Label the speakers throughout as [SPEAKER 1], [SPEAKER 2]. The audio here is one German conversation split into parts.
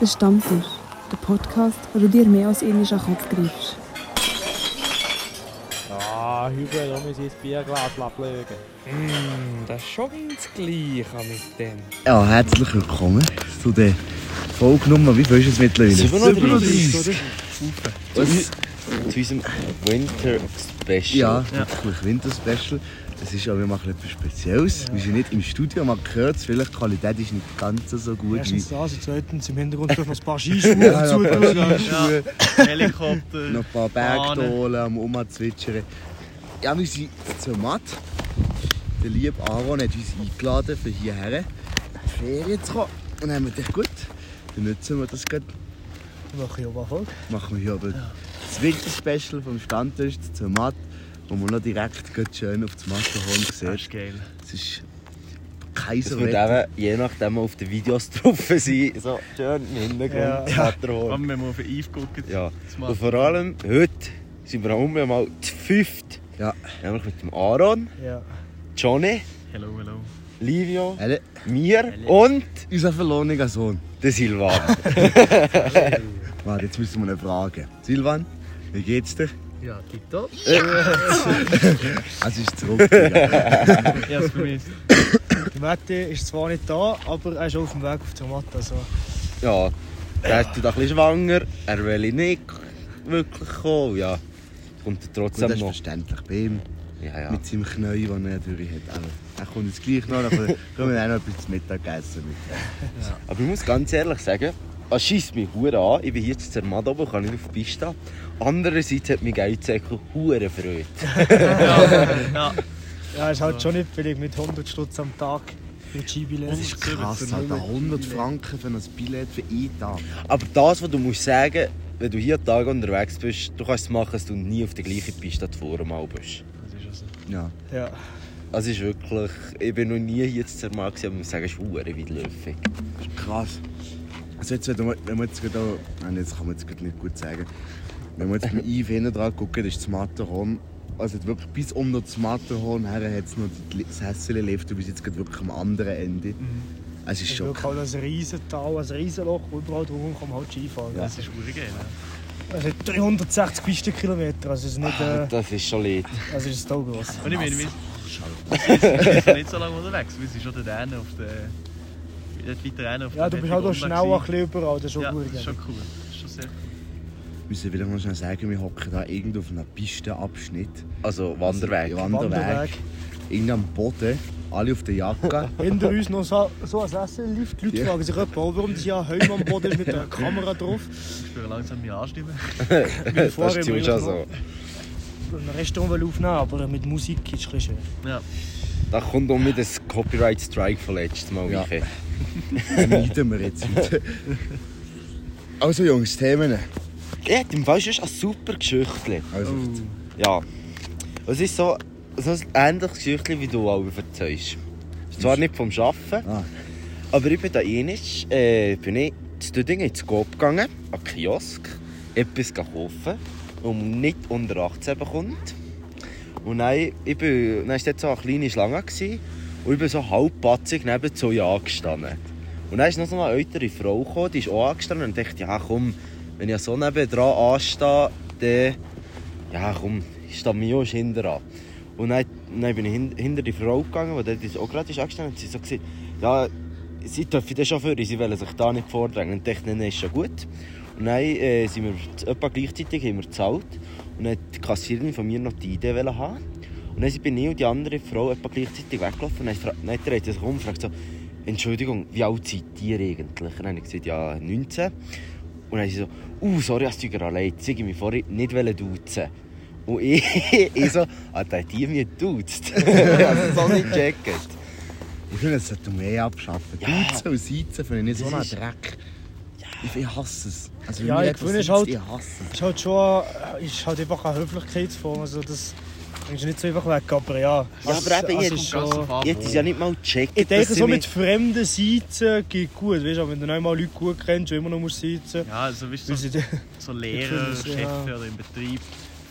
[SPEAKER 1] Der Stammtisch, der Podcast, wo du dir mehr als einmal an den Kopf greifst.
[SPEAKER 2] Ah, Hugo, da muss ich ein Bierglas ablögen.
[SPEAKER 3] Mm, das ist schon ganz gleich mit dem.
[SPEAKER 4] Ja, herzlich willkommen zu der Folge Nummer, wie viel ist es mittlerweile?
[SPEAKER 5] 37, oder?
[SPEAKER 4] Was?
[SPEAKER 5] Zu unserem Winter Special.
[SPEAKER 4] Ja, wirklich Winterspecial. Es ist ja, wir machen etwas Spezielles. Wir sind nicht im Studio, man hört es, vielleicht die Qualität ist nicht ganz so gut
[SPEAKER 6] Erstens das und zweitens im Hintergrund dürfen noch ein paar
[SPEAKER 4] wie...
[SPEAKER 6] Skischuhe
[SPEAKER 4] Ja, noch ein
[SPEAKER 6] zu.
[SPEAKER 4] paar Schuhe,
[SPEAKER 7] Helikopter.
[SPEAKER 4] noch ein paar Bergdolen am rumzwitschern. Ja, wir sind zu Matt. Der liebe Aaron hat uns eingeladen, für hierher in die Ferien zu kommen. Und dann haben wir gedacht, gut, dann nutzen wir das gerade.
[SPEAKER 6] Mach ich auch mal voll.
[SPEAKER 4] machen wir hier aber das Winterspecial vom Stammtisch zur Matt, wo man noch direkt gerade schön auf das Matterhorn
[SPEAKER 7] Das ist
[SPEAKER 4] sieht.
[SPEAKER 7] geil.
[SPEAKER 4] Es ist Kaiser
[SPEAKER 5] Das wird eben, je nachdem, auf den Videos drauf sind, so schön im Hintergrund ja.
[SPEAKER 7] Haben wir mal auf den Eve gucken.
[SPEAKER 5] Ja.
[SPEAKER 7] Das
[SPEAKER 5] Und
[SPEAKER 7] macht
[SPEAKER 5] vor allem heute sind wir auch mal zu fünft.
[SPEAKER 4] Ja.
[SPEAKER 5] Nämlich mit dem Aaron,
[SPEAKER 6] Ja.
[SPEAKER 5] Johnny,
[SPEAKER 7] Hello, hello.
[SPEAKER 5] Livio,
[SPEAKER 4] Ele,
[SPEAKER 5] mir und
[SPEAKER 4] unser verlorener Sohn.
[SPEAKER 5] der Silvan.
[SPEAKER 4] Warte, jetzt müssen wir ihn fragen. Silvan, wie geht's dir? Ah,
[SPEAKER 7] Ja, tipptopp.
[SPEAKER 4] Es ist zurück. Digga.
[SPEAKER 7] Ich hab's vermisst.
[SPEAKER 6] Der Matti ist zwar nicht da, aber er ist auf dem Weg auf die Tomaten. Also.
[SPEAKER 5] ja, der ist tut ein bisschen schwanger, er will nicht wirklich kommen. Ja, kommt
[SPEAKER 4] Gut,
[SPEAKER 5] er
[SPEAKER 4] das
[SPEAKER 5] trotzdem
[SPEAKER 4] ist
[SPEAKER 5] noch.
[SPEAKER 4] verständlich bei ihm,
[SPEAKER 5] Ja, ja.
[SPEAKER 4] mit seinem Knäuel, den er natürlich hat. Aber er kommt jetzt gleich noch, aber können wir auch noch etwas zum Mittagessen mit.
[SPEAKER 5] Aber ich muss ganz ehrlich sagen, es schießt mich hure an. Ich bin hier zu Zermatt oben, kann nicht auf die Piste. Andererseits hat mich Geizsäckel hure freut.
[SPEAKER 7] Ja,
[SPEAKER 6] Ja, ist halt schon nicht billig mit 100 Stutz am Tag mit
[SPEAKER 4] Das
[SPEAKER 6] Skibillet.
[SPEAKER 4] ist krass, Alter. 100 Franken für ein Billett für einen Tag.
[SPEAKER 5] Aber das, was du musst sagen, wenn du hier Tage unterwegs bist, du kannst es machen, dass du nie auf der gleichen Piste vorher mal bist. Also,
[SPEAKER 4] Ja.
[SPEAKER 6] Ja.
[SPEAKER 5] Es ist wirklich, ich bin noch nie hier zu Zermatt gewesen, aber ich muss sagen, es ist hure weitläufig.
[SPEAKER 4] Krass. Also jetzt, wenn du- wenn wir jetzt gerade auch, nein, jetzt kann man jetzt gerade nicht gut sagen. Wenn wir jetzt beim Eve hinten dran gucken, ist das Matterhorn, also hat wirklich bis unter das Matterhorn her hat es noch die- das Hässle lebt, du bist jetzt gerade wirklich am anderen Ende. Es ist
[SPEAKER 6] Mhm. Ich
[SPEAKER 4] schon
[SPEAKER 6] wirklich halt ein riesen Tal, ein riesen Loch, wo überall drumherum kann man halt Skifahren.
[SPEAKER 4] Ja.
[SPEAKER 6] Ja.
[SPEAKER 7] das ist hure geil.
[SPEAKER 6] Es hat 360 Pistenkilometer, also es ist nicht, äh,
[SPEAKER 5] Das ist schon leid.
[SPEAKER 6] also es ist toll gross.
[SPEAKER 7] Und ich meine, wir wir sind nicht so lange unterwegs. Wir sind schon dort hinten auf der... Dort weiter hinten auf
[SPEAKER 6] Ja, du
[SPEAKER 7] der
[SPEAKER 6] bist halt auch
[SPEAKER 7] Gondel
[SPEAKER 6] schnell ein
[SPEAKER 7] gewesen.
[SPEAKER 6] bisschen überall, das ist schon
[SPEAKER 7] Ja,
[SPEAKER 6] gut.
[SPEAKER 7] das ist
[SPEAKER 6] gell?
[SPEAKER 7] schon cool. Das ist schon sehr cool.
[SPEAKER 4] müssen wir vielleicht mal schnell sagen, wir hocken da irgendwo auf einem Pistenabschnitt.
[SPEAKER 5] Also Wanderweg.
[SPEAKER 4] Wanderweg.
[SPEAKER 6] Wanderweg.
[SPEAKER 4] Irgendwie am Boden, alle auf der Jacke.
[SPEAKER 6] Hinter uns noch so, so ein Sessellift. Die Leute
[SPEAKER 4] Ja.
[SPEAKER 6] fragen sich etwa, auch, warum das ja Heim am Boden ist mit einer Kamera drauf.
[SPEAKER 7] Ich spüre langsam meine Anstimmen.
[SPEAKER 5] Das
[SPEAKER 6] vorher
[SPEAKER 5] ist ziemlich
[SPEAKER 6] immer
[SPEAKER 5] schon so.
[SPEAKER 6] Im Restaurant will aufnehmen, aber mit Musik ist es ein bisschen schwer.
[SPEAKER 7] Ja.
[SPEAKER 5] Da kommt auch mit das Copyright Strike von letztes Mal.
[SPEAKER 4] Ja.
[SPEAKER 5] Michi.
[SPEAKER 4] Vermeiden wir jetzt heute. Also Jungs, Themen.
[SPEAKER 5] Ja, im Fall ist es eine super Geschichte.
[SPEAKER 4] Also,
[SPEAKER 6] Mhm.
[SPEAKER 5] Ja. Es ist so, so ein ähnliches Geschichtchen, wie du auch erzählst. Zwar nicht vom Arbeiten,
[SPEAKER 4] Ah.
[SPEAKER 5] aber ich bin da einisch, äh, bin ich zu Düdingen ins Coop gegangen, an den Kiosk, etwas kaufen, und nicht unter 18 bekommt. Und dann, ich bin, dann war dort so eine kleine Schlange gewesen, und ich bin so halbpatzig neben so ja angestanden. Und dann ist noch so eine ältere Frau gekommen, die ist auch angestanden und ich dachte, ja komm, wenn ich so neben dran anstehe, dann ja komm, ich stehe mir auch hinter an. Und dann, dann bin ich hin, hinter die Frau gegangen, die dort ist auch gerade ist angestanden und sie so gesagt, ja, sie dürfen das schon für sie wollen sich da nicht vordrängen. Und ich dachte, nein, nein, ist schon gut. Und dann äh, sind wir etwa gleichzeitig haben wir gezahlt und dann hat die Kassiererin von mir noch die Idee wollen haben. Und dann bin ich und die andere Frau etwa gleichzeitig weggelaufen und dann, fra- dann hat er sich umgefragt so, Entschuldigung, wie alt seid ihr eigentlich? Und dann habe ich gesagt, ja, 19. Und dann haben sie so, uh, sorry, hast du dir leid, sie wollten mich vorhin nicht duzen. Und ich, ich so, ah, da hat die mir geduzt. ich habe es auch nicht gecheckt.
[SPEAKER 4] Ich finde, es sollte mehr abschaffen.
[SPEAKER 5] Ja.
[SPEAKER 4] Duzen und Seizen finde ich nicht so
[SPEAKER 5] Das
[SPEAKER 4] einen
[SPEAKER 5] ist-
[SPEAKER 4] Dreck. Ich, ich hasse es. Also, wenn
[SPEAKER 6] Ja,
[SPEAKER 4] mir
[SPEAKER 6] ich
[SPEAKER 4] etwas
[SPEAKER 6] finde es
[SPEAKER 4] sitzt,
[SPEAKER 6] halt-
[SPEAKER 4] Ich hasse
[SPEAKER 6] Es ist halt schon äh, ist halt einfach eine Höflichkeitsform, also das bringst du nicht so einfach weg, aber ja.
[SPEAKER 5] Ja,
[SPEAKER 6] es-
[SPEAKER 5] aber eben,
[SPEAKER 6] es
[SPEAKER 5] ihr-
[SPEAKER 6] ist
[SPEAKER 7] Ganz
[SPEAKER 6] schon-
[SPEAKER 7] auf Abo.
[SPEAKER 5] Ich hätte es ja nicht mal gecheckt.
[SPEAKER 6] Ich denke,
[SPEAKER 5] dass sie
[SPEAKER 6] so
[SPEAKER 5] mich-
[SPEAKER 6] mit fremden Seizen geht gut, weißt du, aber wenn du nicht mal Leute gut kennst und immer noch musst seizen.
[SPEAKER 7] Ja, also weißt du,
[SPEAKER 6] weil
[SPEAKER 7] so,
[SPEAKER 6] sie dann-
[SPEAKER 7] so Lehrer,
[SPEAKER 6] Ich finde es,
[SPEAKER 7] Chefs
[SPEAKER 6] ja.
[SPEAKER 7] oder im Betrieb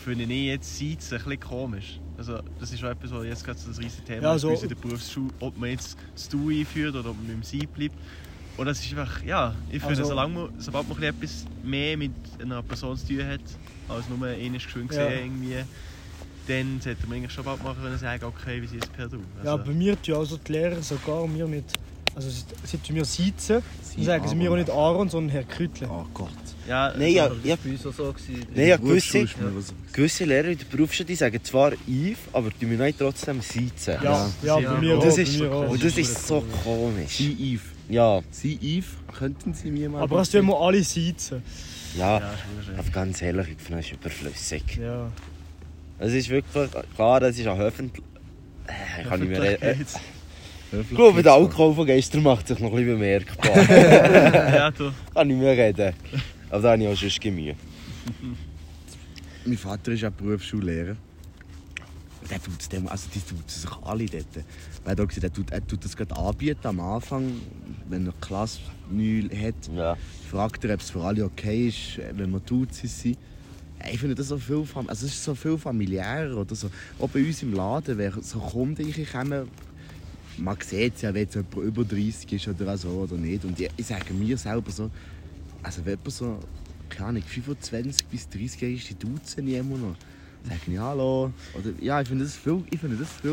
[SPEAKER 7] finde ich jetzt Seizen ein bisschen komisch. Also, das ist auch etwas, was jetzt gerade so ein riesiges Thema
[SPEAKER 6] Ja, also
[SPEAKER 7] ist bei
[SPEAKER 6] so-
[SPEAKER 7] uns in der Berufsschule, ob man jetzt das Du einführt oder ob man im Sie bleibt. Und das ist einfach, ja, ich finde,
[SPEAKER 6] Also-
[SPEAKER 7] solange man, sobald man ein bisschen etwas mehr mit einer Person zu tun hat, als nur einmal schön gesehen
[SPEAKER 6] Ja.
[SPEAKER 7] irgendwie, dann sollte man eigentlich schon bald machen können sagen, okay, wie ist es per Du?
[SPEAKER 6] Ja,
[SPEAKER 7] Also,
[SPEAKER 6] bei mir tun also die Lehrer sogar mir mit. Also sie, sie tun mir sitzen und
[SPEAKER 4] Sie
[SPEAKER 6] sagen sie mir auch nicht Aaron, sondern Herr Krüttle.
[SPEAKER 4] Oh Gott.
[SPEAKER 7] ja,
[SPEAKER 5] Nein, ja,
[SPEAKER 7] also,
[SPEAKER 5] ja,
[SPEAKER 8] bei uns auch so. Gewesen.
[SPEAKER 5] nein, ja,
[SPEAKER 4] Berufsschule
[SPEAKER 5] gewisse,
[SPEAKER 4] ist mir was-
[SPEAKER 5] gewisse Lehrer in der Berufsschule die sagen zwar Eve, aber die müssen euch trotzdem sitzen.
[SPEAKER 6] Ja, ja,
[SPEAKER 7] Ja.
[SPEAKER 6] bei mir
[SPEAKER 5] Und das
[SPEAKER 6] auch.
[SPEAKER 5] ist-
[SPEAKER 6] bei mir auch.
[SPEAKER 5] Und das ist so komisch.
[SPEAKER 4] Sie Eve.
[SPEAKER 5] Ja,
[SPEAKER 4] Sie Eve, könnten Sie mir mal.
[SPEAKER 6] Aber das tun wir alle sitzen.
[SPEAKER 5] ja.
[SPEAKER 7] ja, ist wunderschön.
[SPEAKER 5] Aber ganz ehrlich, ich finde es überflüssig.
[SPEAKER 6] Ja.
[SPEAKER 5] Es ist wirklich, klar, es ist auch öffentlich. Äh, Ich kann nicht mehr
[SPEAKER 7] Vielleicht
[SPEAKER 5] reden.
[SPEAKER 7] geht's.
[SPEAKER 5] Ich glaube, der Alkohol von gestern macht sich noch ein bisschen bemerkbar.
[SPEAKER 7] Ja, du.
[SPEAKER 5] kann nicht mehr reden. Aber da habe ich auch sonst keine Mühe.
[SPEAKER 4] Mein Vater ist auch Berufsschullehrer. Der tut es dem, also die tut es sich alle dort. Weil er, gesagt, der tut, er tut das gerade anbieten am Anfang, wenn er Klasse 9 hat.
[SPEAKER 5] Ja.
[SPEAKER 4] Fragt er, ob es für alle okay ist, äh, wenn wir Tutsi sind. Ja, Ich finde das so viel, fam- also es ist so viel familiärer oder so. Auch bei uns im Laden, wenn so Kunden kommen, man sieht es ja, wenn jetzt jemand über 30 ist oder auch so oder nicht. Und ich, ich sage mir selber so, also wenn jemand so, keine Ahnung, 25 bis 30 Jahre ist, die duzen ich immer noch. Sage ich «Hallo» oder «Ja, ich finde das viel, ich finde das viel,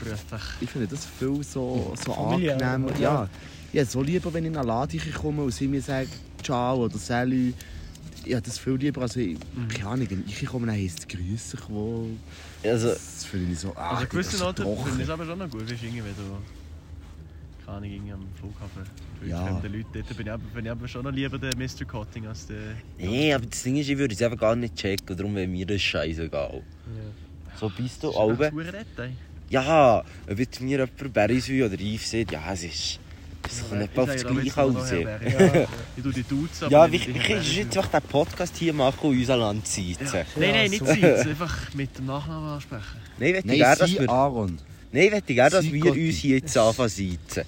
[SPEAKER 7] Grüß dich.
[SPEAKER 4] ich finde das viel so, so
[SPEAKER 6] Familiär,
[SPEAKER 4] angenehm.» Ja, ja so lieber, wenn ich in einen Laden komme und sie mir sagen «Ciao» oder «Salü». Ja, das viel lieber, als ich,
[SPEAKER 7] Mhm.
[SPEAKER 4] keine Ahnung, wenn ich komme, dann heisst es «Grüß dich wohl».
[SPEAKER 5] Also,
[SPEAKER 4] Das finde ich so, ah,
[SPEAKER 7] Also,
[SPEAKER 4] das ist
[SPEAKER 7] gewisse
[SPEAKER 4] so
[SPEAKER 7] Orte
[SPEAKER 4] trocken.
[SPEAKER 7] finde ich es aber schon noch gut, weißt du, irgendwie, wenn du. Keine Ahnung, irgendwie am Flughafen.
[SPEAKER 4] Ja.
[SPEAKER 7] Ja. Den Leuten, dort bin ich, aber- bin ich aber schon noch lieber der Mr. Cotting als der.
[SPEAKER 5] nee, aber das Ding ist, ich würde es einfach gar nicht checken, darum wäre mir das scheißegal. So bist du
[SPEAKER 7] Das ist
[SPEAKER 5] alle.
[SPEAKER 7] ein verdammtes Detail.
[SPEAKER 5] Ja, ob jetzt mir jemand Berrisui oder Eve sieht, ja, es ist. Es kommt
[SPEAKER 7] Ich
[SPEAKER 5] nicht auf
[SPEAKER 7] sag
[SPEAKER 5] das
[SPEAKER 7] ja, da willst
[SPEAKER 5] Gleiche
[SPEAKER 7] du noch
[SPEAKER 5] aussehen.
[SPEAKER 7] her, Barry. Ich tue die Dudes, aber
[SPEAKER 5] Ja,
[SPEAKER 7] nicht
[SPEAKER 5] ich
[SPEAKER 7] mit
[SPEAKER 5] ich
[SPEAKER 7] dem
[SPEAKER 5] ist
[SPEAKER 7] Barry.
[SPEAKER 5] jetzt einfach den Podcast hier machen und unser Land sitzen.
[SPEAKER 7] Nein, nein, nicht
[SPEAKER 6] so.
[SPEAKER 7] sie, jetzt einfach mit dem Nachnamen ansprechen.
[SPEAKER 5] Nein, ich
[SPEAKER 4] Nein,
[SPEAKER 5] gerne, dass
[SPEAKER 4] sie,
[SPEAKER 5] wir,
[SPEAKER 4] Aaron.
[SPEAKER 5] nein, ich möchte gerne, dass
[SPEAKER 4] Sie
[SPEAKER 5] wir
[SPEAKER 4] Gotti.
[SPEAKER 5] uns hier jetzt anfangen sitzen.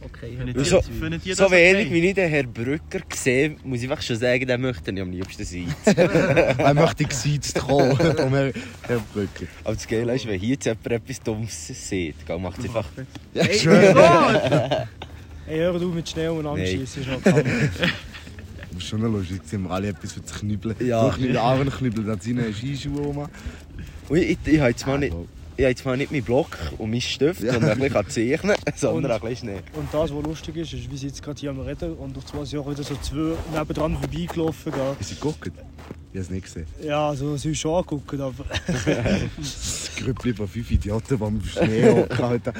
[SPEAKER 8] Okay,
[SPEAKER 7] Findet
[SPEAKER 8] ja.
[SPEAKER 7] ihr,
[SPEAKER 5] So-
[SPEAKER 7] findet ihr das
[SPEAKER 5] So wenig
[SPEAKER 7] okay?
[SPEAKER 5] wie ich den Herrn Brücker sehe, muss ich einfach schon sagen, den möchte ich am liebsten sitzen.
[SPEAKER 4] Er möchte gesiezt kommen, um Herr, Herr Brücker.
[SPEAKER 5] Aber das Geile ist, wenn hier jetzt jemand etwas Dummes sieht, gell, macht es einfach...
[SPEAKER 6] Ey, hör du mit Schnee und Anschießen.
[SPEAKER 4] Das ist schon noch lustig, gewesen, haben wir alle etwas zu knüppeln.
[SPEAKER 5] Ja.
[SPEAKER 4] So knüppeln, Aaron knüppelt an seinen Skischuhen rum. Also,
[SPEAKER 5] Ui, ich, ich, habe jetzt mal nicht, ich habe jetzt mal nicht meinen Block und meinen Stift und ein bisschen zeichnen, sondern ein bisschen Schnee.
[SPEAKER 6] Und das, was lustig ist, ist, wie sie jetzt gerade hier am Reden und durch zwei Jahre wieder so zwei nebendran vorbeigelaufen. Gell.
[SPEAKER 4] Ist sie geguckt? Ich habe es nicht gesehen.
[SPEAKER 6] Ja, also sie haben schon angeguckt, aber
[SPEAKER 4] Das Grüppli von fünf Idioten, die am Schnee hochgehalten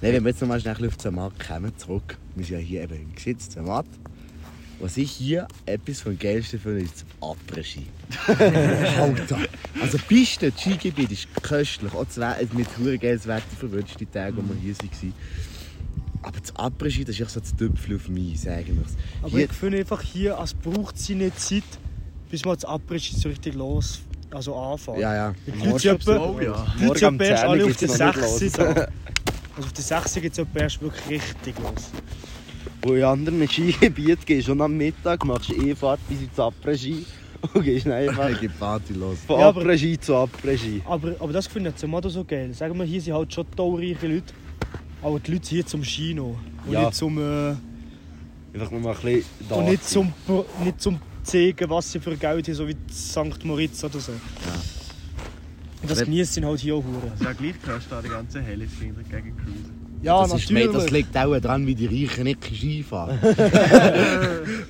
[SPEAKER 4] Nein, wenn wir jetzt nochmal schnell auf den Markt kommen, zurück. Wir sind ja hier eben im Gesitz, der Markt. Was ich hier etwas vom Geilsten finde, ist das Après-Ski. Alter! Also Piste, das Skigebiet ist köstlich. Auch das We- mit verdammt geiles Wetter verwünscht, die Tage, wo wir hier waren. Aber das Après-Ski, das ist echt so das Tüpfel auf mich, sagen wir
[SPEAKER 6] Aber ich finde einfach hier, es braucht sie nicht Zeit, bis man das Abriss so richtig los also anfängt.
[SPEAKER 4] Ja, ja.
[SPEAKER 6] Die Leute sind etwa-
[SPEAKER 7] Oh ja.
[SPEAKER 6] die Leute sind
[SPEAKER 5] Morgen um
[SPEAKER 6] etwa erst
[SPEAKER 5] 10
[SPEAKER 6] alle auf
[SPEAKER 5] geht's
[SPEAKER 6] die
[SPEAKER 5] noch nicht
[SPEAKER 6] 6.
[SPEAKER 5] los.
[SPEAKER 6] da. Also auf die 6 geht es etwa erst wirklich richtig los.
[SPEAKER 5] Wo in anderen Skigebieten gehst du schon am Mittag, machst eh Fahrt bis ins Après-Ski und gehst dann einfach
[SPEAKER 4] Dann geht die Party los.
[SPEAKER 5] von
[SPEAKER 6] Ja, aber-
[SPEAKER 5] Après-Ski zu Après-Ski.
[SPEAKER 6] Aber, aber das finde ich zum Motto so geil. Sagen wir, hier sind halt schon taureiche Leute, aber die Leute sind hier zum Skino. Und
[SPEAKER 5] Ja.
[SPEAKER 6] nicht zum, äh,
[SPEAKER 5] Einfach nur mal ein bisschen da
[SPEAKER 6] und nicht
[SPEAKER 5] sein.
[SPEAKER 6] zum, Pro- nicht zum zeigen, was sie für Geld haben, so wie St. Moritz oder so. Und das
[SPEAKER 4] Wenn-
[SPEAKER 6] genießt sind halt hier auch Huren.
[SPEAKER 7] Ja, gleich kannst du da die ganze Helle gegen Cruisen.
[SPEAKER 6] Ja,
[SPEAKER 4] das ist gemein, das
[SPEAKER 6] natürlich.
[SPEAKER 4] liegt auch daran, wie die Reichen nicht Ski fahren.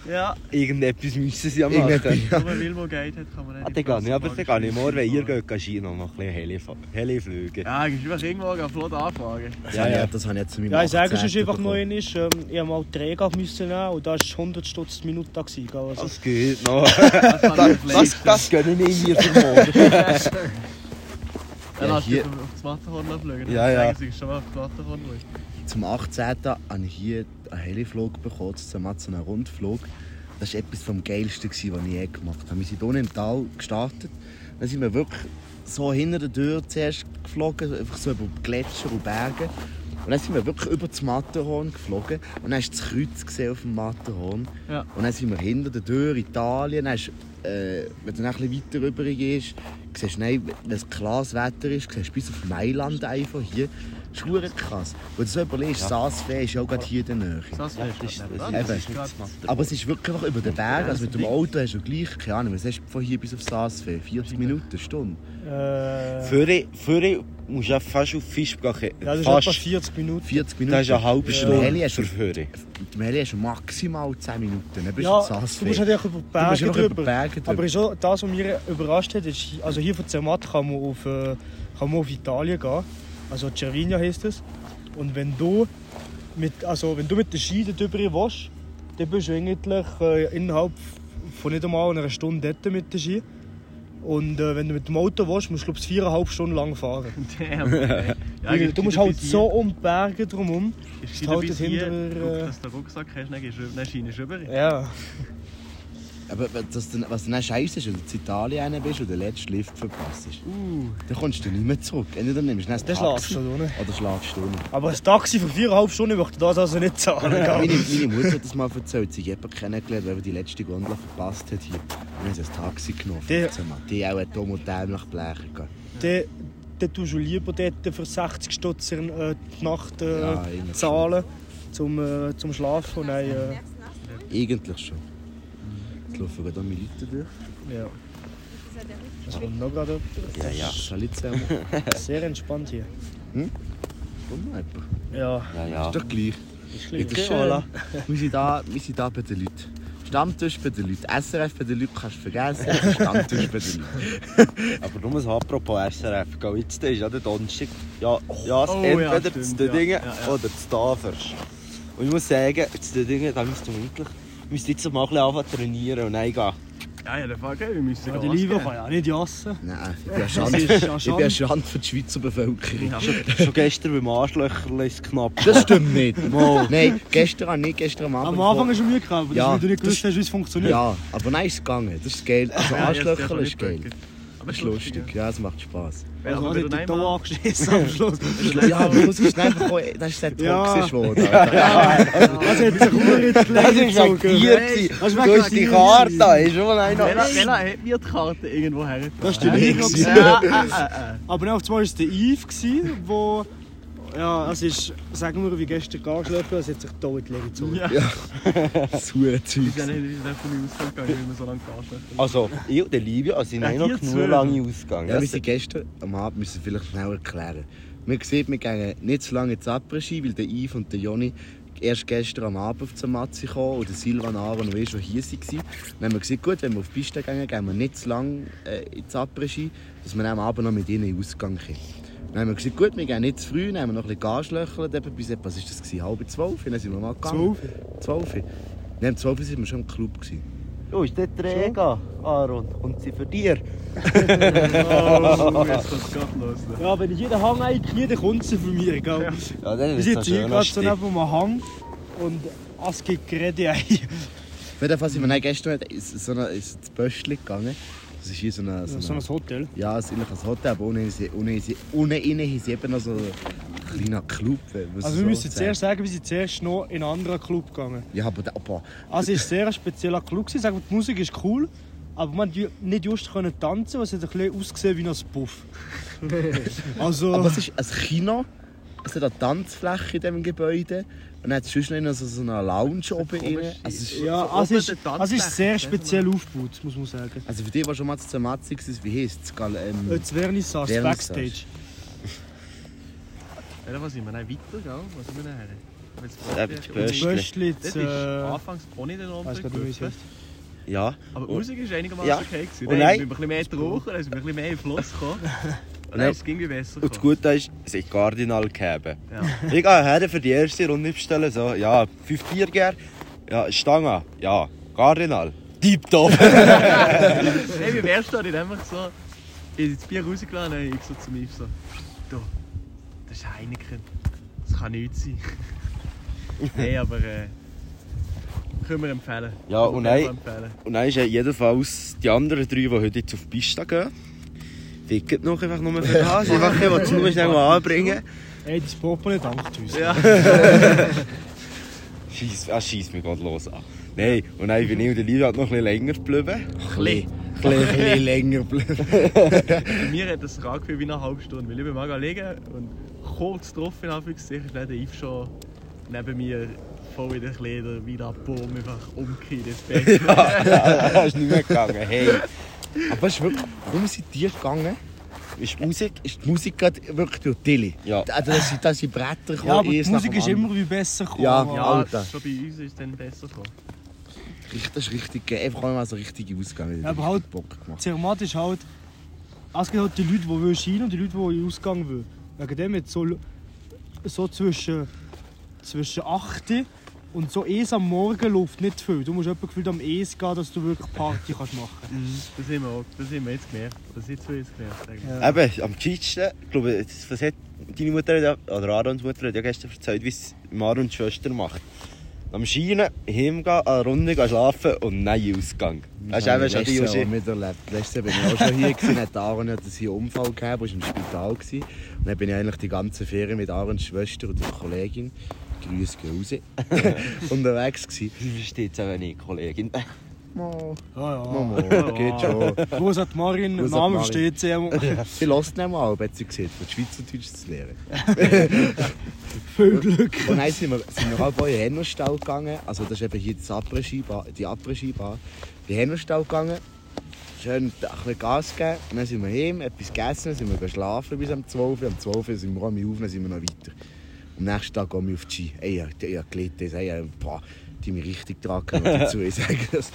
[SPEAKER 7] Ja,
[SPEAKER 5] Irgendetwas müssen sie ja
[SPEAKER 4] Irgendetwas,
[SPEAKER 5] machen.
[SPEAKER 7] wenn man Wilmo geht hat, kann man nicht.
[SPEAKER 5] Ah, dann gehe ich, aber dann gehe ich morgen, wenn ihr geht, Ski noch mal ein bisschen Heli fa- Heli fliegen.
[SPEAKER 7] Ja, ich einfach irgendwo eine Flot anfragen.
[SPEAKER 4] Das,
[SPEAKER 5] Ja,
[SPEAKER 4] habe
[SPEAKER 5] ja.
[SPEAKER 4] Ich, das habe ich jetzt zu meinem
[SPEAKER 6] Ja, ich sage
[SPEAKER 4] 18.
[SPEAKER 6] es ist einfach
[SPEAKER 4] bekommen.
[SPEAKER 6] noch einmal, ähm, ich habe mal Träger müssen nehmen und da war 100 Stutz die Minute. Gewesen, gell, also.
[SPEAKER 5] Das geht noch.
[SPEAKER 7] Das kann ich vielleicht.
[SPEAKER 5] Das, das gönne ich mir für morgen.
[SPEAKER 7] Dann
[SPEAKER 4] Ja,
[SPEAKER 7] lass dich
[SPEAKER 4] hier-
[SPEAKER 7] auf das Matterhorn fliegen.
[SPEAKER 5] Ja, ja.
[SPEAKER 7] Sagen, sie ist schon mal auf das Matterhorn schauen.
[SPEAKER 4] Zum 18. habe ich hier einen Heliflug bekommen, zum Mal so einen Rundflug. Das war etwas vom Geilsten, gewesen, was ich je gemacht habe. Wir sind unten im Tal gestartet. Dann sind wir wirklich so hinter der Tür zuerst geflogen, einfach so über Gletscher und Berge. Und dann sind wir wirklich über das Matterhorn geflogen. Und dann hast du das Kreuz gesehen auf dem Matterhorn.
[SPEAKER 7] Ja.
[SPEAKER 4] Und dann sind wir hinter der Tür Italien. Dann hast, du, äh, wenn du dann ein bisschen weiter rüber gehst, siehst du, nein, wenn es klares Wetter ist, siehst du bis auf Mailand einfach hier. Das ist verdammt krass. Wenn du so überlegst, Saasfee ist ja auch gerade hier in der Nähe.
[SPEAKER 7] Das
[SPEAKER 5] Ja, das ist-
[SPEAKER 7] gerade
[SPEAKER 5] das
[SPEAKER 7] nebenan.
[SPEAKER 4] ist- Aber es ist wirklich einfach über den Berg, also mit dem Auto hast du gleich, keine Ahnung, was hast du von hier bis auf Saasfee? 40 Minuten, eine Stunde?
[SPEAKER 6] Äh,
[SPEAKER 5] Führer, Führer musst du ja fast auf Fischbach.
[SPEAKER 6] ja, das ist etwa
[SPEAKER 5] fast.
[SPEAKER 6] 40 Minuten.
[SPEAKER 4] 40 Minuten?
[SPEAKER 5] Das ist eine halbe
[SPEAKER 4] Mit dem
[SPEAKER 5] Stunde
[SPEAKER 4] Heli hast du-
[SPEAKER 5] für Führer.
[SPEAKER 4] Mit dem Heli hast du maximal 10 Minuten, dann bist du
[SPEAKER 6] Ja,
[SPEAKER 4] in
[SPEAKER 6] du
[SPEAKER 4] Saasfee.
[SPEAKER 6] musst natürlich über die
[SPEAKER 4] Du musst
[SPEAKER 6] Berge
[SPEAKER 4] einfach über die
[SPEAKER 6] drüber.
[SPEAKER 4] Berge drüber.
[SPEAKER 6] Aber ist auch das, was mich überrascht hat, ist, also hier von Zermatt kann man auf, äh, kann man auf Italien gehen. Also Cervinia heisst es. Und wenn du mit, also wenn du mit der Ski darüber willst, dann bist du eigentlich äh, innerhalb von nicht einmal einer Stunde dort mit der Ski. Und äh, wenn du mit dem Auto willst, musst du glaube ich viereinhalb Stunden lang fahren.
[SPEAKER 7] Damn, okay. Ja,
[SPEAKER 6] Weil
[SPEAKER 7] eigentlich
[SPEAKER 6] du musst
[SPEAKER 7] bis
[SPEAKER 6] halt
[SPEAKER 7] hier-
[SPEAKER 6] so um die Berge drumherum.
[SPEAKER 7] Ist
[SPEAKER 6] halt
[SPEAKER 7] bis
[SPEAKER 6] das
[SPEAKER 7] hier,
[SPEAKER 6] hintere-
[SPEAKER 7] guck, dass du den Rucksack hast, dann, gehst du, dann scheinst du rüber.
[SPEAKER 6] Ja.
[SPEAKER 4] Aber das, dann- was dann scheiße ist, wenn du in Italien rein bist und den letzten Lift verpasst, dann kommst du nicht mehr zurück. Entweder nimmst du dann ein
[SPEAKER 6] Uh. Dann
[SPEAKER 4] Taxi
[SPEAKER 6] schlafst du, oder?
[SPEAKER 4] oder schlafst du nicht.
[SPEAKER 6] Aber ein Taxi für viereinhalb Stunden möchte ich das also nicht zahlen. gell?
[SPEAKER 4] Meine, meine Mutter hat das mal erzählt, sie hat jemanden kennengelernt, weil er die letzte Gondel verpasst hat hier. Und dann haben sie ein Taxi genommen,
[SPEAKER 6] Der-
[SPEAKER 4] 15 Mal. Die auch dumm und dämlich blechen gehen.
[SPEAKER 6] dann, dann tust du lieber dort für 60 Stutz in, äh, die Nacht äh,
[SPEAKER 4] Ja, eigentlich
[SPEAKER 6] zahlen zum, äh, zum Schlafen. Und dann, äh,
[SPEAKER 4] Eigentlich schon. Jetzt laufen gerade auch meine Leute durch.
[SPEAKER 6] ja. Das kommt noch gerade
[SPEAKER 4] Ja, ja. Salut zusammen.
[SPEAKER 6] sehr entspannt hier.
[SPEAKER 4] Komm mal jemand.
[SPEAKER 6] Ja,
[SPEAKER 5] Ja, ja.
[SPEAKER 4] Ist doch gleich.
[SPEAKER 6] ist
[SPEAKER 4] Ja, das
[SPEAKER 6] gleich.
[SPEAKER 4] ist schön. Wir sind, da, wir sind da bei den Leuten. Stammtisch bei den Leuten. SRF bei den Leuten kannst du vergessen. Stammtisch bei den Leuten.
[SPEAKER 5] Aber nur ein Apropos SRF. gell, Jetzt ist ja der Donnerstag. Ja, ja,
[SPEAKER 7] Oh, ja,
[SPEAKER 5] entweder
[SPEAKER 7] stimmt,
[SPEAKER 5] zu
[SPEAKER 7] ja.
[SPEAKER 5] den Dingen
[SPEAKER 7] Ja, ja.
[SPEAKER 5] oder zu Tafers. Und ich muss sagen, zu den Dingen, da müsst ihr wirklich. Müsst ihr jetzt mal ein bisschen anfangen zu trainieren und dann gehen.
[SPEAKER 7] Ja, ja, der Fall, gell, wir müssen
[SPEAKER 6] Ja, Ah, die
[SPEAKER 7] Gas
[SPEAKER 6] Liebe
[SPEAKER 7] geben.
[SPEAKER 6] kann ja nicht jassen.
[SPEAKER 4] Nein, ich bin eine
[SPEAKER 6] Das
[SPEAKER 4] Schande.
[SPEAKER 6] ist ja
[SPEAKER 4] Ich bin eine
[SPEAKER 6] schon.
[SPEAKER 4] Schande für die Schweizer Bevölkerung.
[SPEAKER 7] Ja.
[SPEAKER 5] Schon gestern beim Arschlöcherl ist es knapp.
[SPEAKER 4] Das stimmt nicht. Nein, gestern an nicht, gestern am Abend.
[SPEAKER 6] Am Anfang ist es mir gehabt, aber
[SPEAKER 4] Ja,
[SPEAKER 6] das, weil du nicht
[SPEAKER 4] das-
[SPEAKER 6] gewusst hast, wie es funktioniert.
[SPEAKER 4] Ja, aber nein, ist es gegangen. Das ist geil. Also
[SPEAKER 7] Ja, jetzt darf
[SPEAKER 4] Arschlöcher
[SPEAKER 7] man
[SPEAKER 4] ist
[SPEAKER 7] nicht
[SPEAKER 4] geil.
[SPEAKER 7] drücken. Aber
[SPEAKER 4] Das ist lustig. Ja, es macht Spaß.
[SPEAKER 7] Ja,
[SPEAKER 6] Also,
[SPEAKER 7] aber
[SPEAKER 6] also hat
[SPEAKER 7] wenn du
[SPEAKER 6] dich
[SPEAKER 7] nicht
[SPEAKER 6] da
[SPEAKER 7] mal-
[SPEAKER 6] angeschissen am Schluss.
[SPEAKER 4] Ja, aber das ist einfach auch... Das ist der
[SPEAKER 6] Ja.
[SPEAKER 4] toxisch geworden. Alter.
[SPEAKER 6] Also hat sich Uhr in die
[SPEAKER 5] Das
[SPEAKER 6] Länge
[SPEAKER 5] ist ja
[SPEAKER 6] gezogen.
[SPEAKER 5] Gier. gewesen.
[SPEAKER 6] Das war
[SPEAKER 5] Du hast die
[SPEAKER 6] Gier.
[SPEAKER 5] Karte, hast du schon einer?
[SPEAKER 6] er-
[SPEAKER 7] Bella, Bella hat mir die Karte irgendwo her.
[SPEAKER 6] Das war die Länge.
[SPEAKER 7] Ja, äh, äh, äh.
[SPEAKER 6] Aber dann auf einmal war es der Yves, gewesen, wo... Ja, es ist, sagen wir, wie gestern angeschlafen, es hat sich da in die Länge gezogen.
[SPEAKER 7] Ja.
[SPEAKER 4] Zu
[SPEAKER 7] Ich bin
[SPEAKER 6] er
[SPEAKER 4] Zeugs.
[SPEAKER 7] nicht von mir ausgegangen, weil wir so lange gefahren sind.
[SPEAKER 5] Also, ich und der Livio also sind
[SPEAKER 7] Ja,
[SPEAKER 5] noch
[SPEAKER 7] ihr
[SPEAKER 5] genug
[SPEAKER 7] zwei.
[SPEAKER 5] lange ausgegangen.
[SPEAKER 4] Ja, wir sind gestern am Abend, müssen wir vielleicht schnell erklären. Man sieht, wir gehen nicht zu lange ins Après-Ski, weil der Yves und der Joni erst gestern am Abend auf Matze kamen und der Silvan Aaron und ich schon hier waren. Dann haben wir gesagt, gut, wenn wir auf die Piste gehen, gehen wir nicht zu lange äh, ins Après-Ski, dass wir dann am Abend noch mit ihnen in den Ausgang kommen. Dann haben wir gesagt, gut, wir gehen nicht zu früh, dann haben wir noch ein bisschen Gaslöchelt, eben bis etwa, was war das, gewesen? halb zwölf, dann sind wir mal gegangen. Zwölf? Zwölf. Nein, um zwölf sind wir schon im Club. Gewesen.
[SPEAKER 5] Oh, ist der Träger, Aaron? Und sie für dir?
[SPEAKER 7] Oh, jetzt kommt es gerade los.
[SPEAKER 6] Ja, wenn ich jeden Hang einknie, dann kommt sie von mir, gell?
[SPEAKER 5] Ja, dann
[SPEAKER 6] Wir
[SPEAKER 5] ist
[SPEAKER 6] sitzen
[SPEAKER 5] das
[SPEAKER 6] hier
[SPEAKER 5] schön
[SPEAKER 6] gerade so neben einem Hang und es gibt gerade ein.
[SPEAKER 4] Auf jeden Fall sind wir dann gestern in so eine, in so ein Böschli gegangen. Das ist hier so eine... So eine
[SPEAKER 6] Hotel.
[SPEAKER 4] Ja, es ist eigentlich ein Hotel, aber ohne, ohne, ohne innen ist es eben noch so ein kleiner Club. wenn man
[SPEAKER 6] Also
[SPEAKER 4] so
[SPEAKER 6] wir müssen
[SPEAKER 4] sagen.
[SPEAKER 6] zuerst sagen, wir sind zuerst noch in einen anderen Club gegangen.
[SPEAKER 4] Ja, aber, der- aber
[SPEAKER 6] Also es war ein sehr spezieller Club. gewesen. Sagen wir, die Musik ist cool, aber man konnte nicht just können tanzen, was hat ein bisschen ausgesehen wie ein Puff. Also...
[SPEAKER 4] Aber es ist ein Kino, es hat eine Tanzfläche in diesem Gebäude und dann hat es sonst noch innen so, so eine Lounge oben
[SPEAKER 7] komisch.
[SPEAKER 4] rein. Also, es ist,
[SPEAKER 6] ja,
[SPEAKER 7] oben
[SPEAKER 6] es ist, also
[SPEAKER 7] der Tanzfläche,
[SPEAKER 6] es ist sehr
[SPEAKER 7] weißt du,
[SPEAKER 6] speziell aufgebaut, muss man sagen.
[SPEAKER 4] also für die, die schon mal zu Zermatzig waren, wie heisst es? Gal- Ähm,
[SPEAKER 6] Jetzt Vernissage,
[SPEAKER 4] Vernissage.
[SPEAKER 6] das Backstage.
[SPEAKER 7] Ja, dann sind wir dann weiter, gell? Wo sind wir dann her? Wenn es
[SPEAKER 5] Ja,
[SPEAKER 7] Böschli-
[SPEAKER 5] das
[SPEAKER 6] Das
[SPEAKER 5] Böschli.
[SPEAKER 6] Böschli,
[SPEAKER 7] Das
[SPEAKER 6] das,
[SPEAKER 7] ist
[SPEAKER 6] äh,
[SPEAKER 7] anfangs auch nicht ein
[SPEAKER 6] weiss
[SPEAKER 7] Umfeld
[SPEAKER 6] grad nicht, wie es
[SPEAKER 7] gewesen.
[SPEAKER 5] Ja.
[SPEAKER 7] Aber die
[SPEAKER 5] Und-
[SPEAKER 7] Musik war einigermaßen
[SPEAKER 5] Ja.
[SPEAKER 7] okay. Gewesen.
[SPEAKER 5] Und
[SPEAKER 7] Dann haben
[SPEAKER 5] nein.
[SPEAKER 7] wir ein bisschen mehr getrunken, dann sind wir ein bisschen mehr in den Fluss gekommen. Und
[SPEAKER 5] Ja.
[SPEAKER 7] dann ist es irgendwie besser
[SPEAKER 5] Und das
[SPEAKER 7] gekommen.
[SPEAKER 5] Gute ist, es hat Cardinal gegeben.
[SPEAKER 7] Ja.
[SPEAKER 5] Ich gehe her für die erste Runde bestellen. So, ja, 5 Bierger. Ja, Stange. Ja, Cardinal. Tipptopp.
[SPEAKER 7] Hey, wie wär's da? Ich einfach so. Ich hab das Bier rausgelassen und ich so zu mir so. Du, das ist Heineken. Das kann nichts sein. Nein, aber. Äh, können wir empfehlen.
[SPEAKER 5] Ja,
[SPEAKER 7] Können
[SPEAKER 5] und
[SPEAKER 7] wir
[SPEAKER 5] nein.
[SPEAKER 7] empfehlen.
[SPEAKER 5] Und dann ist ja jedenfalls die anderen drei, die heute jetzt auf die Piste gehen. Ficket noch einfach nur für das. Ich will einfach nur schnell mal anbringen.
[SPEAKER 6] ey, das Popel dankt uns.
[SPEAKER 7] Ja.
[SPEAKER 5] Scheiss, ah, scheiss, mir geht los an. Nein, und dann bin ich und der Livio halt noch ein bisschen länger geblieben.
[SPEAKER 4] Klee. Ein
[SPEAKER 3] bleiben.
[SPEAKER 4] bisschen länger bleiben.
[SPEAKER 7] Bei mir hat das gerade gefühlt wie eine halbe Stunde, weil ich bin mal liegen und kurz drauf in Anführungszeichen ist dann der Yves schon neben mir voll in den Kleidern wie ein Baum einfach umgekehrt ins Bett.
[SPEAKER 5] das ist nicht mehr gegangen, hey.
[SPEAKER 4] Aber es ist wirklich, warum sind die gegangen?
[SPEAKER 5] Ist die Musik?
[SPEAKER 4] Ist die Musik gerade wirklich durch die Tilly?
[SPEAKER 5] Ja.
[SPEAKER 4] Also, dass sie, dass sie Bretter kommen,
[SPEAKER 6] Ja, aber die
[SPEAKER 4] eins nach
[SPEAKER 6] Musik
[SPEAKER 4] dem
[SPEAKER 6] ist
[SPEAKER 4] anderen.
[SPEAKER 6] immer wie besser gekommen. halt.
[SPEAKER 4] Ja,
[SPEAKER 6] Mann.
[SPEAKER 7] Ja,
[SPEAKER 4] Alter.
[SPEAKER 7] schon bei uns ist es dann besser gekommen.
[SPEAKER 4] Richtig, das ist richtig geil. Einfach einmal so richtig ausgegangen.
[SPEAKER 6] Ja, aber halt-
[SPEAKER 4] Bock gemacht.
[SPEAKER 6] Zermatt ist halt. Es gibt halt die Leute, die wollen rein und die Leute, die in den Ausgang wollen. Wegen dem jetzt so, so zwischen, zwischen 8 und so es am Morgen läuft nicht viel. Du musst etwa gefühlt am es gehen, dass du wirklich Party kannst machen kannst.
[SPEAKER 7] Das haben wir, auch, das haben wir jetzt gemerkt. Das haben wir jetzt gemerkt. eigentlich.
[SPEAKER 6] Mhm. Ja.
[SPEAKER 5] Eben, am gescheitsten, ich glaube das- was hat deine Mutter, hat ja- oder Aarons Mutter, hat ja gestern erzählt, wie es Marons Schwester macht. Am Schienen, heimgehen, eine Runde gehen schlafen und nein, Ausgang. Das ist eben schon die
[SPEAKER 4] Letztes Jahr
[SPEAKER 5] Uschi.
[SPEAKER 4] miterlebt. Letztes Jahr bin ich auch schon hier gewesen. Hat Aaron hat einen Unfall gehabt, ist im Spital gewesen. Und dann bin ich eigentlich die ganze Ferien mit Aarons Schwester und ihrer Kollegin, Grüße gehen raus, unterwegs gewesen.
[SPEAKER 5] Du verstehst es aber nicht, Kollegin.
[SPEAKER 4] Mo,
[SPEAKER 6] Ja, ja.
[SPEAKER 4] mo, mo, geht schon.
[SPEAKER 6] Wo sagt Marin?
[SPEAKER 4] Wo sagt
[SPEAKER 6] Name
[SPEAKER 4] Marin?
[SPEAKER 6] steht sie immer.
[SPEAKER 4] Sie lässt nicht mal ab, hat sie gesehen, von Schweizerdeutsch zu lernen.
[SPEAKER 6] Viel Glück.
[SPEAKER 4] Und dann sind wir, sind wir auch in den Hennerstall gegangen. Also das ist eben hier das Après-Ski Bar- die Après-Ski-Bar. In den Hennerstall gegangen, schön ein bisschen Gas gegeben. Und dann sind wir heim, etwas gegessen, dann sind wir geschlafen bis am 12 Uhr. Am 12 Uhr sind wir am auf, dann sind wir noch weiter. Am nächsten Tag gehen wir auf die Ski. Ey, ja, die- ja, gelitten, ey, ja, boah, die haben mich richtig dran gehabt, muss ich dazu sagen das.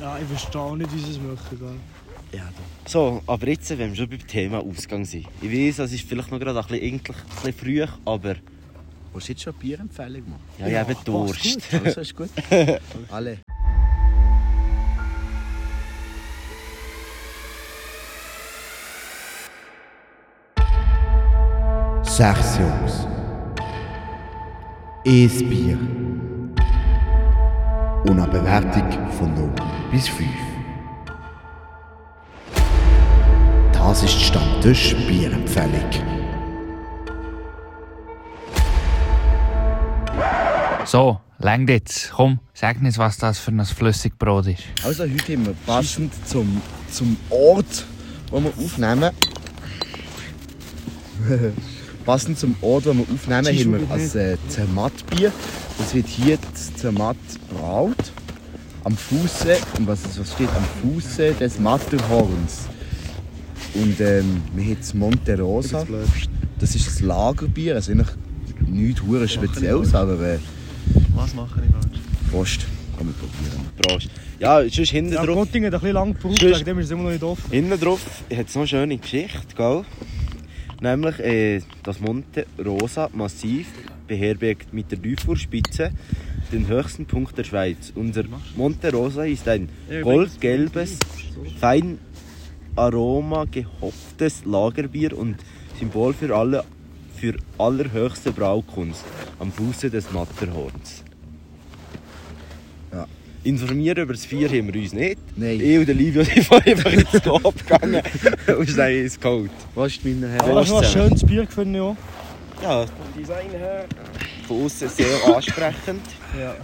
[SPEAKER 6] Ja, ich verstehe auch nicht, wie sie es machen. gell.
[SPEAKER 4] Ja, da.
[SPEAKER 5] So, aber jetzt, wenn wir schon beim Thema Ausgang sind. Ich weiß, das ist vielleicht noch gerade ein bisschen, eigentlich ein bisschen früh, aber
[SPEAKER 4] Hast du jetzt schon Bierempfehlung gemacht?
[SPEAKER 5] ja, ich habe Durst.
[SPEAKER 4] Gut, also ist gut. Alle.
[SPEAKER 9] Sechs Jungs. Ein Bier. Und eine Bewertung von 0 bis 5. Das ist die Stammtisch Bierempfehlung.
[SPEAKER 10] So, lang jetzt. Komm, sag uns, was das für ein Flüssigbrot ist.
[SPEAKER 4] Also heute haben wir passend zum, zum Ort, wo wir aufnehmen. passend zum Ort, wo wir aufnehmen, haben wir ein äh, Zermattbier. Das wird hier das Zermatt braut. Am Fuße, und was, ist- was steht am Fuße des Matterhorns. Und ähm, wir haben das Monte Rosa. Das ist das Lagerbier, also eigentlich nichts hure Spezielles, aber äh,
[SPEAKER 7] Was mache ich falsch?
[SPEAKER 4] Prost, kann man probieren.
[SPEAKER 5] Prost. Ja, sonst hinten
[SPEAKER 6] Ja,
[SPEAKER 5] drauf.
[SPEAKER 6] Göttingen hat ein bisschen lang gebraucht,
[SPEAKER 5] Tschüss.
[SPEAKER 6] wegen dem ist es immer noch nicht offen.
[SPEAKER 5] Hinten drauf hat es noch eine schöne Geschichte, gell? Nämlich äh, das Monte Rosa Massiv beherbergt mit der Teufelsspitze den höchsten Punkt der Schweiz. Unser Monte Rosa ist ein goldgelbes, fein Aroma gehopftes Lagerbier und Symbol für alle für allerhöchste Braukunst am Fuße des Matterhorns.
[SPEAKER 4] Ja.
[SPEAKER 5] Informieren über das Vier haben wir uns nicht.
[SPEAKER 4] Nein.
[SPEAKER 5] Ich und der Livio sind vorher einfach ins Dorf gegangen und sind dann ins Cold.
[SPEAKER 4] Prost, meine Herren.
[SPEAKER 6] Aber hast du noch ein schönes Bier gefunden? Ja.
[SPEAKER 5] Ja, vom Design her von außen sehr ansprechend.
[SPEAKER 6] ja.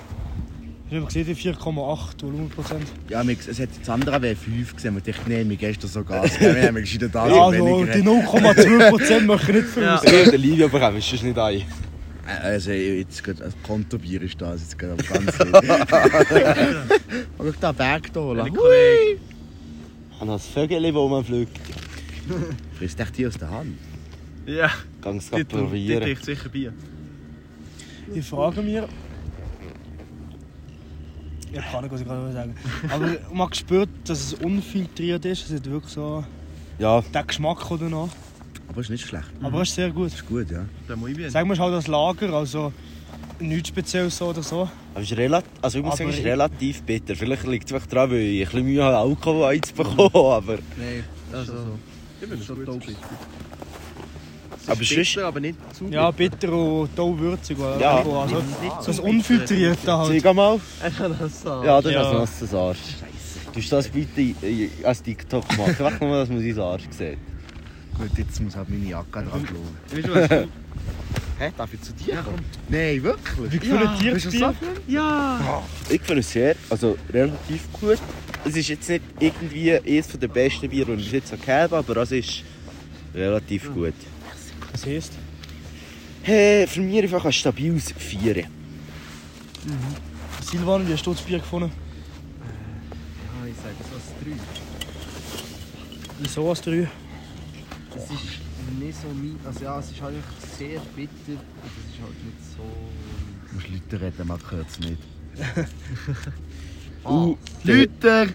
[SPEAKER 6] Ich habe gesehen, die 4,8 Volumenprozent.
[SPEAKER 4] Ja, mir- es hat Sandra W5 gesehen und ich dachte, nein, wir gestern so Gas gegeben, wir haben gescheitert
[SPEAKER 5] Ah,
[SPEAKER 4] da
[SPEAKER 6] Ja, also die 0,2% machen nicht viel aus.
[SPEAKER 5] Ich und der Livio bekommen es sonst nicht ein.
[SPEAKER 4] Also jetzt geht ein Kontobier ist da, also jetzt geht aber ganz viel. Und ich da Berg da, la.
[SPEAKER 7] Kollege,
[SPEAKER 5] Und das Vögel, wo man fliegt,
[SPEAKER 4] Frisst echt die aus der Hand.
[SPEAKER 7] ja,
[SPEAKER 5] kann es
[SPEAKER 7] die,
[SPEAKER 5] gerade
[SPEAKER 7] die,
[SPEAKER 5] probieren.
[SPEAKER 7] die trinkt sicher Bier.
[SPEAKER 6] Ich frage mich. Ich kann nicht, was ich gerade sagen will. Aber man spürt, dass es unfiltriert ist. Es hat wirklich so
[SPEAKER 5] Ja,
[SPEAKER 6] den Geschmack oder noch.
[SPEAKER 4] Aber ist nicht schlecht.
[SPEAKER 5] Mhm.
[SPEAKER 6] Aber es ist sehr gut.
[SPEAKER 4] Ist gut, ja.
[SPEAKER 7] Der Muy bien.
[SPEAKER 6] Sagen wir es ist halt das Lager, also nichts Spezielles so oder so.
[SPEAKER 5] aber es ist relativ, also ich muss
[SPEAKER 6] Aber
[SPEAKER 5] sagen, es ist
[SPEAKER 6] ich-
[SPEAKER 5] relativ bitter. Vielleicht liegt es einfach daran, weil ich ein bisschen Mühe habe, Alkohol einzubekommen. Aber,
[SPEAKER 7] Nein, also. Ich bin schon dope.
[SPEAKER 5] Aber
[SPEAKER 7] Aber
[SPEAKER 5] sonst-
[SPEAKER 7] bitter, aber nicht zu
[SPEAKER 6] Ja, bitter und taubwürzig. oder?
[SPEAKER 5] Ja.
[SPEAKER 6] Also,
[SPEAKER 7] nicht
[SPEAKER 6] das
[SPEAKER 7] zu
[SPEAKER 6] Unfiltrierte halt.
[SPEAKER 5] zeig mal.
[SPEAKER 7] bitter.
[SPEAKER 5] Ja, das
[SPEAKER 6] Ja.
[SPEAKER 5] ist ein nasses Arsch. Scheiße. Du das bitte äh, als TikTok machen. Einfach nur, dass man seinen Arsch sieht.
[SPEAKER 4] Gut, jetzt muss halt meine Jacke dran glauben.
[SPEAKER 7] Weißt du was?
[SPEAKER 4] Hä, darf ich zu dir kommen? Nein, wirklich?
[SPEAKER 6] Wie gefühlt
[SPEAKER 4] Bist du
[SPEAKER 6] dir
[SPEAKER 4] so
[SPEAKER 6] das
[SPEAKER 4] viel?
[SPEAKER 7] Ja!
[SPEAKER 5] Ich finde es sehr, also relativ gut. es ist jetzt nicht irgendwie eines der besten Bier, die ich bis jetzt gegeben habe, aber das ist relativ gut.
[SPEAKER 6] Das heisst,
[SPEAKER 5] Hey, für mich einfach ein stabiles Vieren.
[SPEAKER 6] Silvan, wie hast du das Bier gefunden?
[SPEAKER 8] Ja, ich sage so ein 3.
[SPEAKER 6] Wieso als 3?
[SPEAKER 8] Es ist nicht so mein. Also ja, es ist halt einfach sehr bitter, aber es ist halt nicht so.
[SPEAKER 4] Du musst Leute reden, man hört es nicht. Oh.
[SPEAKER 8] Ah,
[SPEAKER 4] Leute!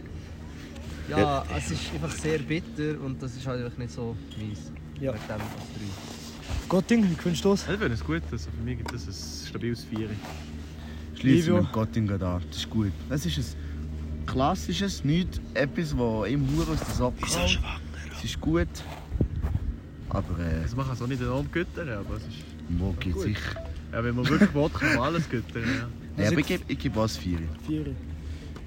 [SPEAKER 8] ja, es ist einfach sehr bitter und das ist halt einfach nicht so meins.
[SPEAKER 6] Ja.
[SPEAKER 8] Wegen dem als 3.
[SPEAKER 6] Gotting, wie findest du das?
[SPEAKER 7] Das wäre ein gutes. Also für mich gibt das ein stabiles Vieren.
[SPEAKER 4] Schließe
[SPEAKER 6] Livio.
[SPEAKER 4] mit dem Gotting an. Das ist gut. Das ist ein klassisches, nicht etwas, das im Hur aus der Sache kommt. Es ist gut. Aber äh,
[SPEAKER 7] Also man kann es auch nicht enorm göttern, aber es ist...
[SPEAKER 4] wo geht es
[SPEAKER 7] Gut.
[SPEAKER 4] sicher?
[SPEAKER 7] Ja, wenn man wirklich will, kann man alles göttern. Ja.
[SPEAKER 4] Nein,
[SPEAKER 6] Also
[SPEAKER 4] aber
[SPEAKER 6] ich-
[SPEAKER 4] ich gebe ich geb was vier.
[SPEAKER 6] Vier.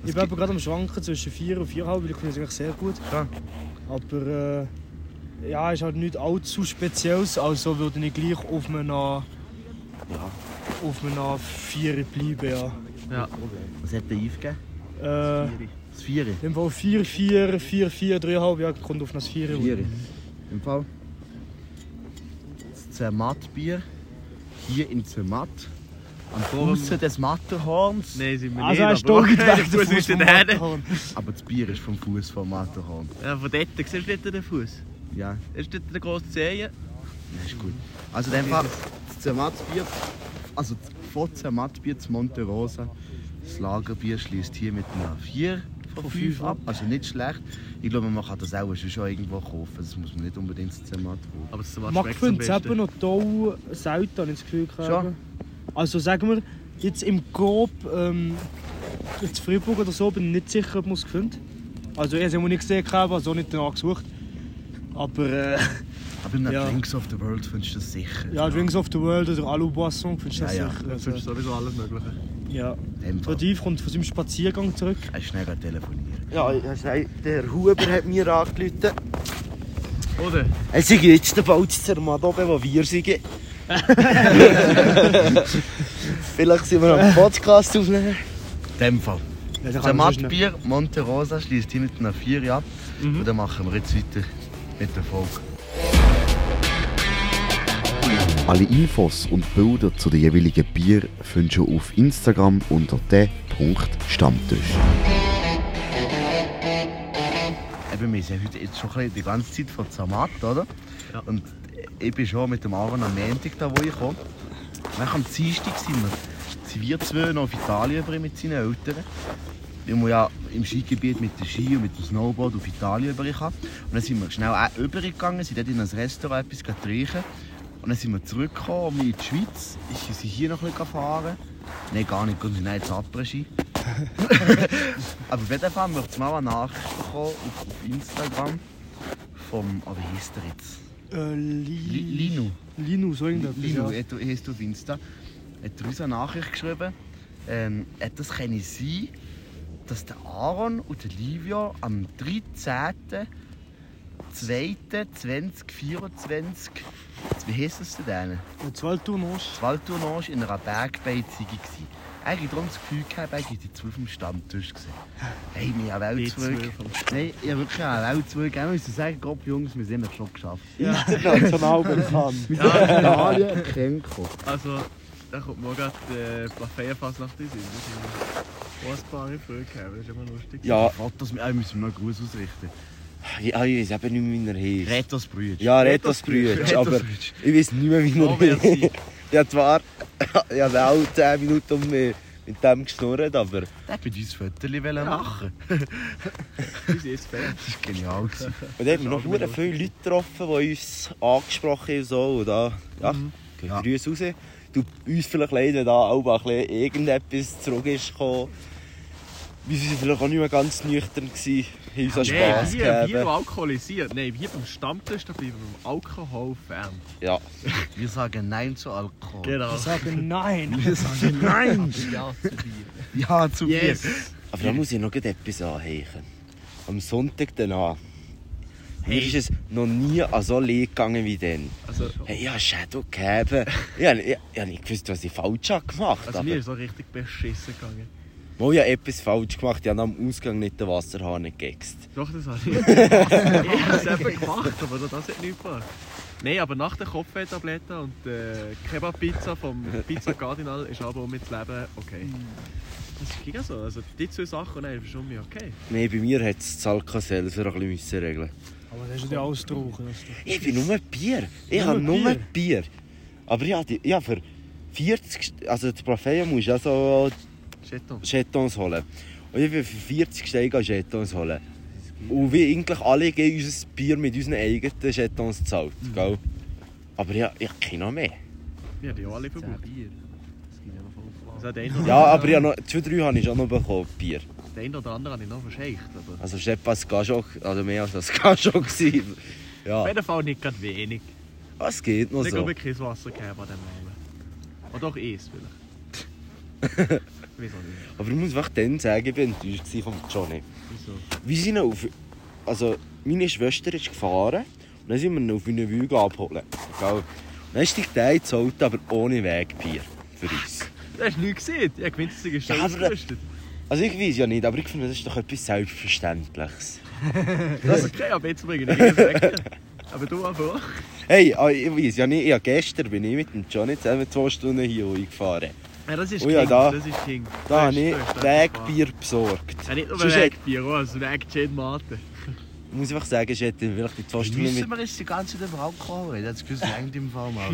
[SPEAKER 6] Ich bin eben gerade am Schwanken zwischen 4 und 4,5, weil ich finde es eigentlich sehr gut.
[SPEAKER 4] Ja.
[SPEAKER 6] Aber äh, ja, ist halt nicht allzu spezielles, also würde ich gleich auf einem ja. auf einem 4 bleiben,
[SPEAKER 4] Was hat der Yves gegeben?
[SPEAKER 6] ja. Äh,
[SPEAKER 4] Das Vier.
[SPEAKER 6] Im Fall 4, 4, 4, 4, 3,5, ja, kommt auf das 4.
[SPEAKER 4] Vier. Im Fall. Das Zermatt-Bier. Hier in Zermatt. Am Fuße des Matterhorns.
[SPEAKER 7] Nein, sind wir
[SPEAKER 6] Also er
[SPEAKER 7] nicht,
[SPEAKER 6] ist doch
[SPEAKER 7] aber
[SPEAKER 6] nicht weg
[SPEAKER 7] der
[SPEAKER 6] davon,
[SPEAKER 7] Fuß ist
[SPEAKER 6] vom
[SPEAKER 7] in der Erde.
[SPEAKER 6] Matterhorn.
[SPEAKER 4] Aber das Bier ist vom Fuß vom Matterhorn.
[SPEAKER 7] Ja, von dort siehst du nicht den Fuß.
[SPEAKER 4] Ja,
[SPEAKER 7] Ist dort der grosse Zehen?
[SPEAKER 4] das ist gut. Also in dem Fall, das Zermatt-Bier. Also das- von Zermatt-Bier zu Monte Rosa. Das Lagerbier schließt hier mit einer 4 von 5 ab. Also nicht schlecht. Ich glaube, man kann das auch schon irgendwo kaufen. Das muss man nicht unbedingt zu Zermatt kaufen.
[SPEAKER 7] Aber das Tomat
[SPEAKER 6] Mag
[SPEAKER 7] schmeckt am
[SPEAKER 6] finde es eben
[SPEAKER 7] besten.
[SPEAKER 6] noch toll selten, habe ich das Gefühl gehabt.
[SPEAKER 4] Schon?
[SPEAKER 6] Also sagen wir, jetzt im Grob, ähm, jetzt Freiburg oder so, bin ich nicht sicher, ob man es findet. Also ich habe es nicht gesehen, gehabt, also auch nicht danach gesucht. Aber äh,
[SPEAKER 4] Aber in den
[SPEAKER 6] Ja.
[SPEAKER 4] Drinks of the World findest du das sicher.
[SPEAKER 6] ja, Drinks of the World oder Alu Boisson, findest du das
[SPEAKER 4] Ja, ja.
[SPEAKER 6] sicher.
[SPEAKER 7] Du
[SPEAKER 6] Also,
[SPEAKER 7] findest sowieso alles Mögliche.
[SPEAKER 6] ja.
[SPEAKER 4] In dem Fall.
[SPEAKER 6] Tradiv kommt von seinem Spaziergang zurück.
[SPEAKER 4] Er ist schnell telefonieren.
[SPEAKER 5] Ja, also, der Huber hat mir angerufen.
[SPEAKER 7] Oder?
[SPEAKER 5] Es sind jetzt bald zu Zermatt oben, wo wir sind. Vielleicht sind wir am Podcast aufnehmen.
[SPEAKER 4] In dem Fall.
[SPEAKER 6] Ja, da
[SPEAKER 4] Das
[SPEAKER 6] kann man sonst nicht-
[SPEAKER 4] Mattbier Monte Rosa schließt hier mit einer 4 ab.
[SPEAKER 6] Mhm.
[SPEAKER 4] Und dann machen wir jetzt weiter mit der Folge.
[SPEAKER 9] Alle Infos und Bilder zu den jeweiligen Bier findest du auf Instagram unter d.stammtisch.
[SPEAKER 4] Eben, wir sind heute jetzt schon ein bisschen die ganze Zeit von Zermatt, oder?
[SPEAKER 7] Ja.
[SPEAKER 4] Und ich bin schon mit dem Aaron am Montag da, wo ich komme. Nach am Dienstag sind wir, sind wir zwei noch auf Italien über mit seinen Eltern. Weil man ja im Skigebiet mit dem Ski und mit dem Snowboard auf Italien über kann. Und dann sind wir schnell auch übergegangen, sind dort in ein Restaurant etwas getrunken. Und dann sind wir zurückgekommen in die Schweiz. Ich sind hier noch ein bisschen gefahren. Nein, gar nicht, wir sind jetzt Après-Ski. Aber auf jeden Fall möchte ich mal eine Nachricht bekommen auf, auf Instagram vom, aber wie heisst er jetzt?
[SPEAKER 6] Äh,
[SPEAKER 4] Li,
[SPEAKER 6] Li
[SPEAKER 4] Linu.
[SPEAKER 6] Linu, so irgendetwas.
[SPEAKER 4] Linu, eh.
[SPEAKER 6] ja.
[SPEAKER 4] er er heisst auf Insta. Er hat uns eine Nachricht geschrieben, ähm, das könne sein, dass der Aaron und der Livio am 13.02.2024, wie heisst das denn? denen?
[SPEAKER 6] Und zwar du noch.
[SPEAKER 4] die Waldtournage in einer Bergbeizung waren. Er hat darum das Gefühl gehabt, er sei die zwölf am Stammtisch gesehen. Hey, wir haben
[SPEAKER 7] Die
[SPEAKER 4] auch zwölf.
[SPEAKER 7] zwölf am
[SPEAKER 4] Nein, ich habe wirklich auch zwölf. Ich muss sagen, Gott, Jungs, wir sind schon geschafft.
[SPEAKER 2] International bekannt.
[SPEAKER 4] Italien, Kenko.
[SPEAKER 7] Also, da kommt morgen gerade die Plafeierfassnacht in den Sinn. Das sind ein paar Vögel gehabt, das ist immer lustig.
[SPEAKER 5] Ja,
[SPEAKER 4] Fotos, wir müssen noch Gruß ausrichten.
[SPEAKER 5] ich weiß eben nicht mehr, wie er heisst.
[SPEAKER 4] Retos Brüder.
[SPEAKER 5] Ja, red das Brütsch, aber ich weiß nicht mehr, wie
[SPEAKER 7] Oh,
[SPEAKER 5] er
[SPEAKER 7] merci.
[SPEAKER 5] heisst. Ja, zwar, ich habe auch 10 Minuten mit, mit dem geschnurrt, aber
[SPEAKER 4] Der hat bei uns Fotos machen.
[SPEAKER 7] Wir sind jetzt Fan.
[SPEAKER 4] Das war genial. gewesen.
[SPEAKER 5] Und da haben wir noch hure viele Leute getroffen, die uns angesprochen haben. und So. Und da, ja, gehen
[SPEAKER 4] Ja.
[SPEAKER 5] Grüße raus. Du uns vielleicht leider da auch ein bisschen irgendetwas zurück ist gekommen. Wir waren vielleicht auch nicht mehr ganz nüchtern, gewesen, haben uns auch
[SPEAKER 7] Nein,
[SPEAKER 5] Spass
[SPEAKER 7] Bier, Bier,
[SPEAKER 5] gegeben.
[SPEAKER 7] das alkoholisiert. Nein, Bier beim Stammtisch, da bleiben wir vom Alkohol fern.
[SPEAKER 5] Ja.
[SPEAKER 4] Wir sagen Nein zu Alkohol.
[SPEAKER 7] Genau.
[SPEAKER 6] Ich sage nein.
[SPEAKER 4] Wir sagen Nein!
[SPEAKER 8] Ja, zu Bier.
[SPEAKER 4] Ja, zu Bier.
[SPEAKER 7] Yes!
[SPEAKER 5] Aber da muss ich noch gleich etwas anheichen. Am Sonntag danach. Mir ist es noch nie an so leer gegangen wie dann.
[SPEAKER 7] Also,
[SPEAKER 5] Hey, ich habe Shadow
[SPEAKER 6] Also
[SPEAKER 5] gegeben. Ich habe ich, ich habe nicht gewusst, was ich falsch habe gemacht habe.
[SPEAKER 7] also mir ist es auch richtig beschissen gegangen.
[SPEAKER 5] Wo ja etwas falsch gemacht, ich habe am Ausgang nicht den Wasserhahn gegext.
[SPEAKER 7] Doch, das habe ich. ich habe es eben gemacht, aber das hat nichts gebracht. Nein, aber nach der Kopfwehtablette und der Kebab-Pizza vom Pizza Cardinal ist aber auch mit dem Leben okay.
[SPEAKER 5] Mhm.
[SPEAKER 7] Das ist gleich so. Also die zwei Sachen, nein, ist schon mir okay.
[SPEAKER 5] Nein, bei mir hat es Zalka selber ein bisschen regeln.
[SPEAKER 6] Aber das ist ja alles drauf.
[SPEAKER 5] Ich bin nur Bier. Ich
[SPEAKER 6] Nur
[SPEAKER 5] habe nur
[SPEAKER 6] Bier?
[SPEAKER 5] Bier. Aber ich habe, die- ich habe für 40... Also das Parfait musst du ja so
[SPEAKER 7] Chaton.
[SPEAKER 5] Jetons holen. Und ich bin für 40 Steine Jetons holen. Und wie eigentlich alle gehen unser Bier mit unseren eigenen Jetons gezahlt. Gell? Aber ich, ich kenne noch mehr.
[SPEAKER 7] Wir haben ja alle verbraucht.
[SPEAKER 8] Bier.
[SPEAKER 7] Also den einen oder
[SPEAKER 5] Ja, aber ich
[SPEAKER 7] anderen-
[SPEAKER 5] habe noch, zwei, drei habe ich schon noch bekommen, Bier.
[SPEAKER 7] Den einen oder anderen habe ich noch verscheicht. Aber
[SPEAKER 5] Also es war etwas Gajok, also mehr als das Gajok. gewesen.
[SPEAKER 7] auf
[SPEAKER 5] Ja,
[SPEAKER 7] jeden Fall nicht gerade wenig.
[SPEAKER 5] es geht noch
[SPEAKER 7] Ich
[SPEAKER 5] so.
[SPEAKER 7] glaube, kein Wasser gegeben an dem Abend. Oder doch es vielleicht. Wieso nicht?
[SPEAKER 5] Aber ich muss wirklich dann sagen, ich war enttäuscht gewesen von Johnny.
[SPEAKER 7] Wieso?
[SPEAKER 5] Wir sind auf. Also, meine Schwester ist gefahren und dann sind wir ihn auf eine Wüge abholen. Gell? Dann ist die Teil gezahlt, aber ohne Wegbier für uns.
[SPEAKER 7] Das hast du nicht gesehen. Ich habe gewinnt, dass ich
[SPEAKER 5] Ja, aber-
[SPEAKER 7] ausgerüstet
[SPEAKER 5] Also, ich weiß ja nicht, aber ich finde, das ist doch etwas Selbstverständliches.
[SPEAKER 7] Das ist okay, aber Also, jetzt bringen wir Aber du einfach.
[SPEAKER 5] Hey, ah, ich weiß ja nicht, ja, gestern bin ich mit dem Johnny zusammen zwei Stunden hier gefahren.
[SPEAKER 7] Ja, das ist
[SPEAKER 5] Oh ja,
[SPEAKER 7] King.
[SPEAKER 5] da-
[SPEAKER 7] das ist King.
[SPEAKER 5] Da
[SPEAKER 7] Das
[SPEAKER 5] habe
[SPEAKER 7] ist-
[SPEAKER 5] ich
[SPEAKER 7] das ist einfach.
[SPEAKER 5] Wegbier besorgt.
[SPEAKER 7] Ja, nicht nur
[SPEAKER 5] Sonst hätte-
[SPEAKER 7] Wegbier, auch also Wegchain Mate.
[SPEAKER 5] Muss ich einfach sagen, ich hätte vielleicht die zwei Stunden mit.
[SPEAKER 8] Müssen wir jetzt die ganze Zeit über Alkohol reden? Das Gefühl, es reicht im Fall mal.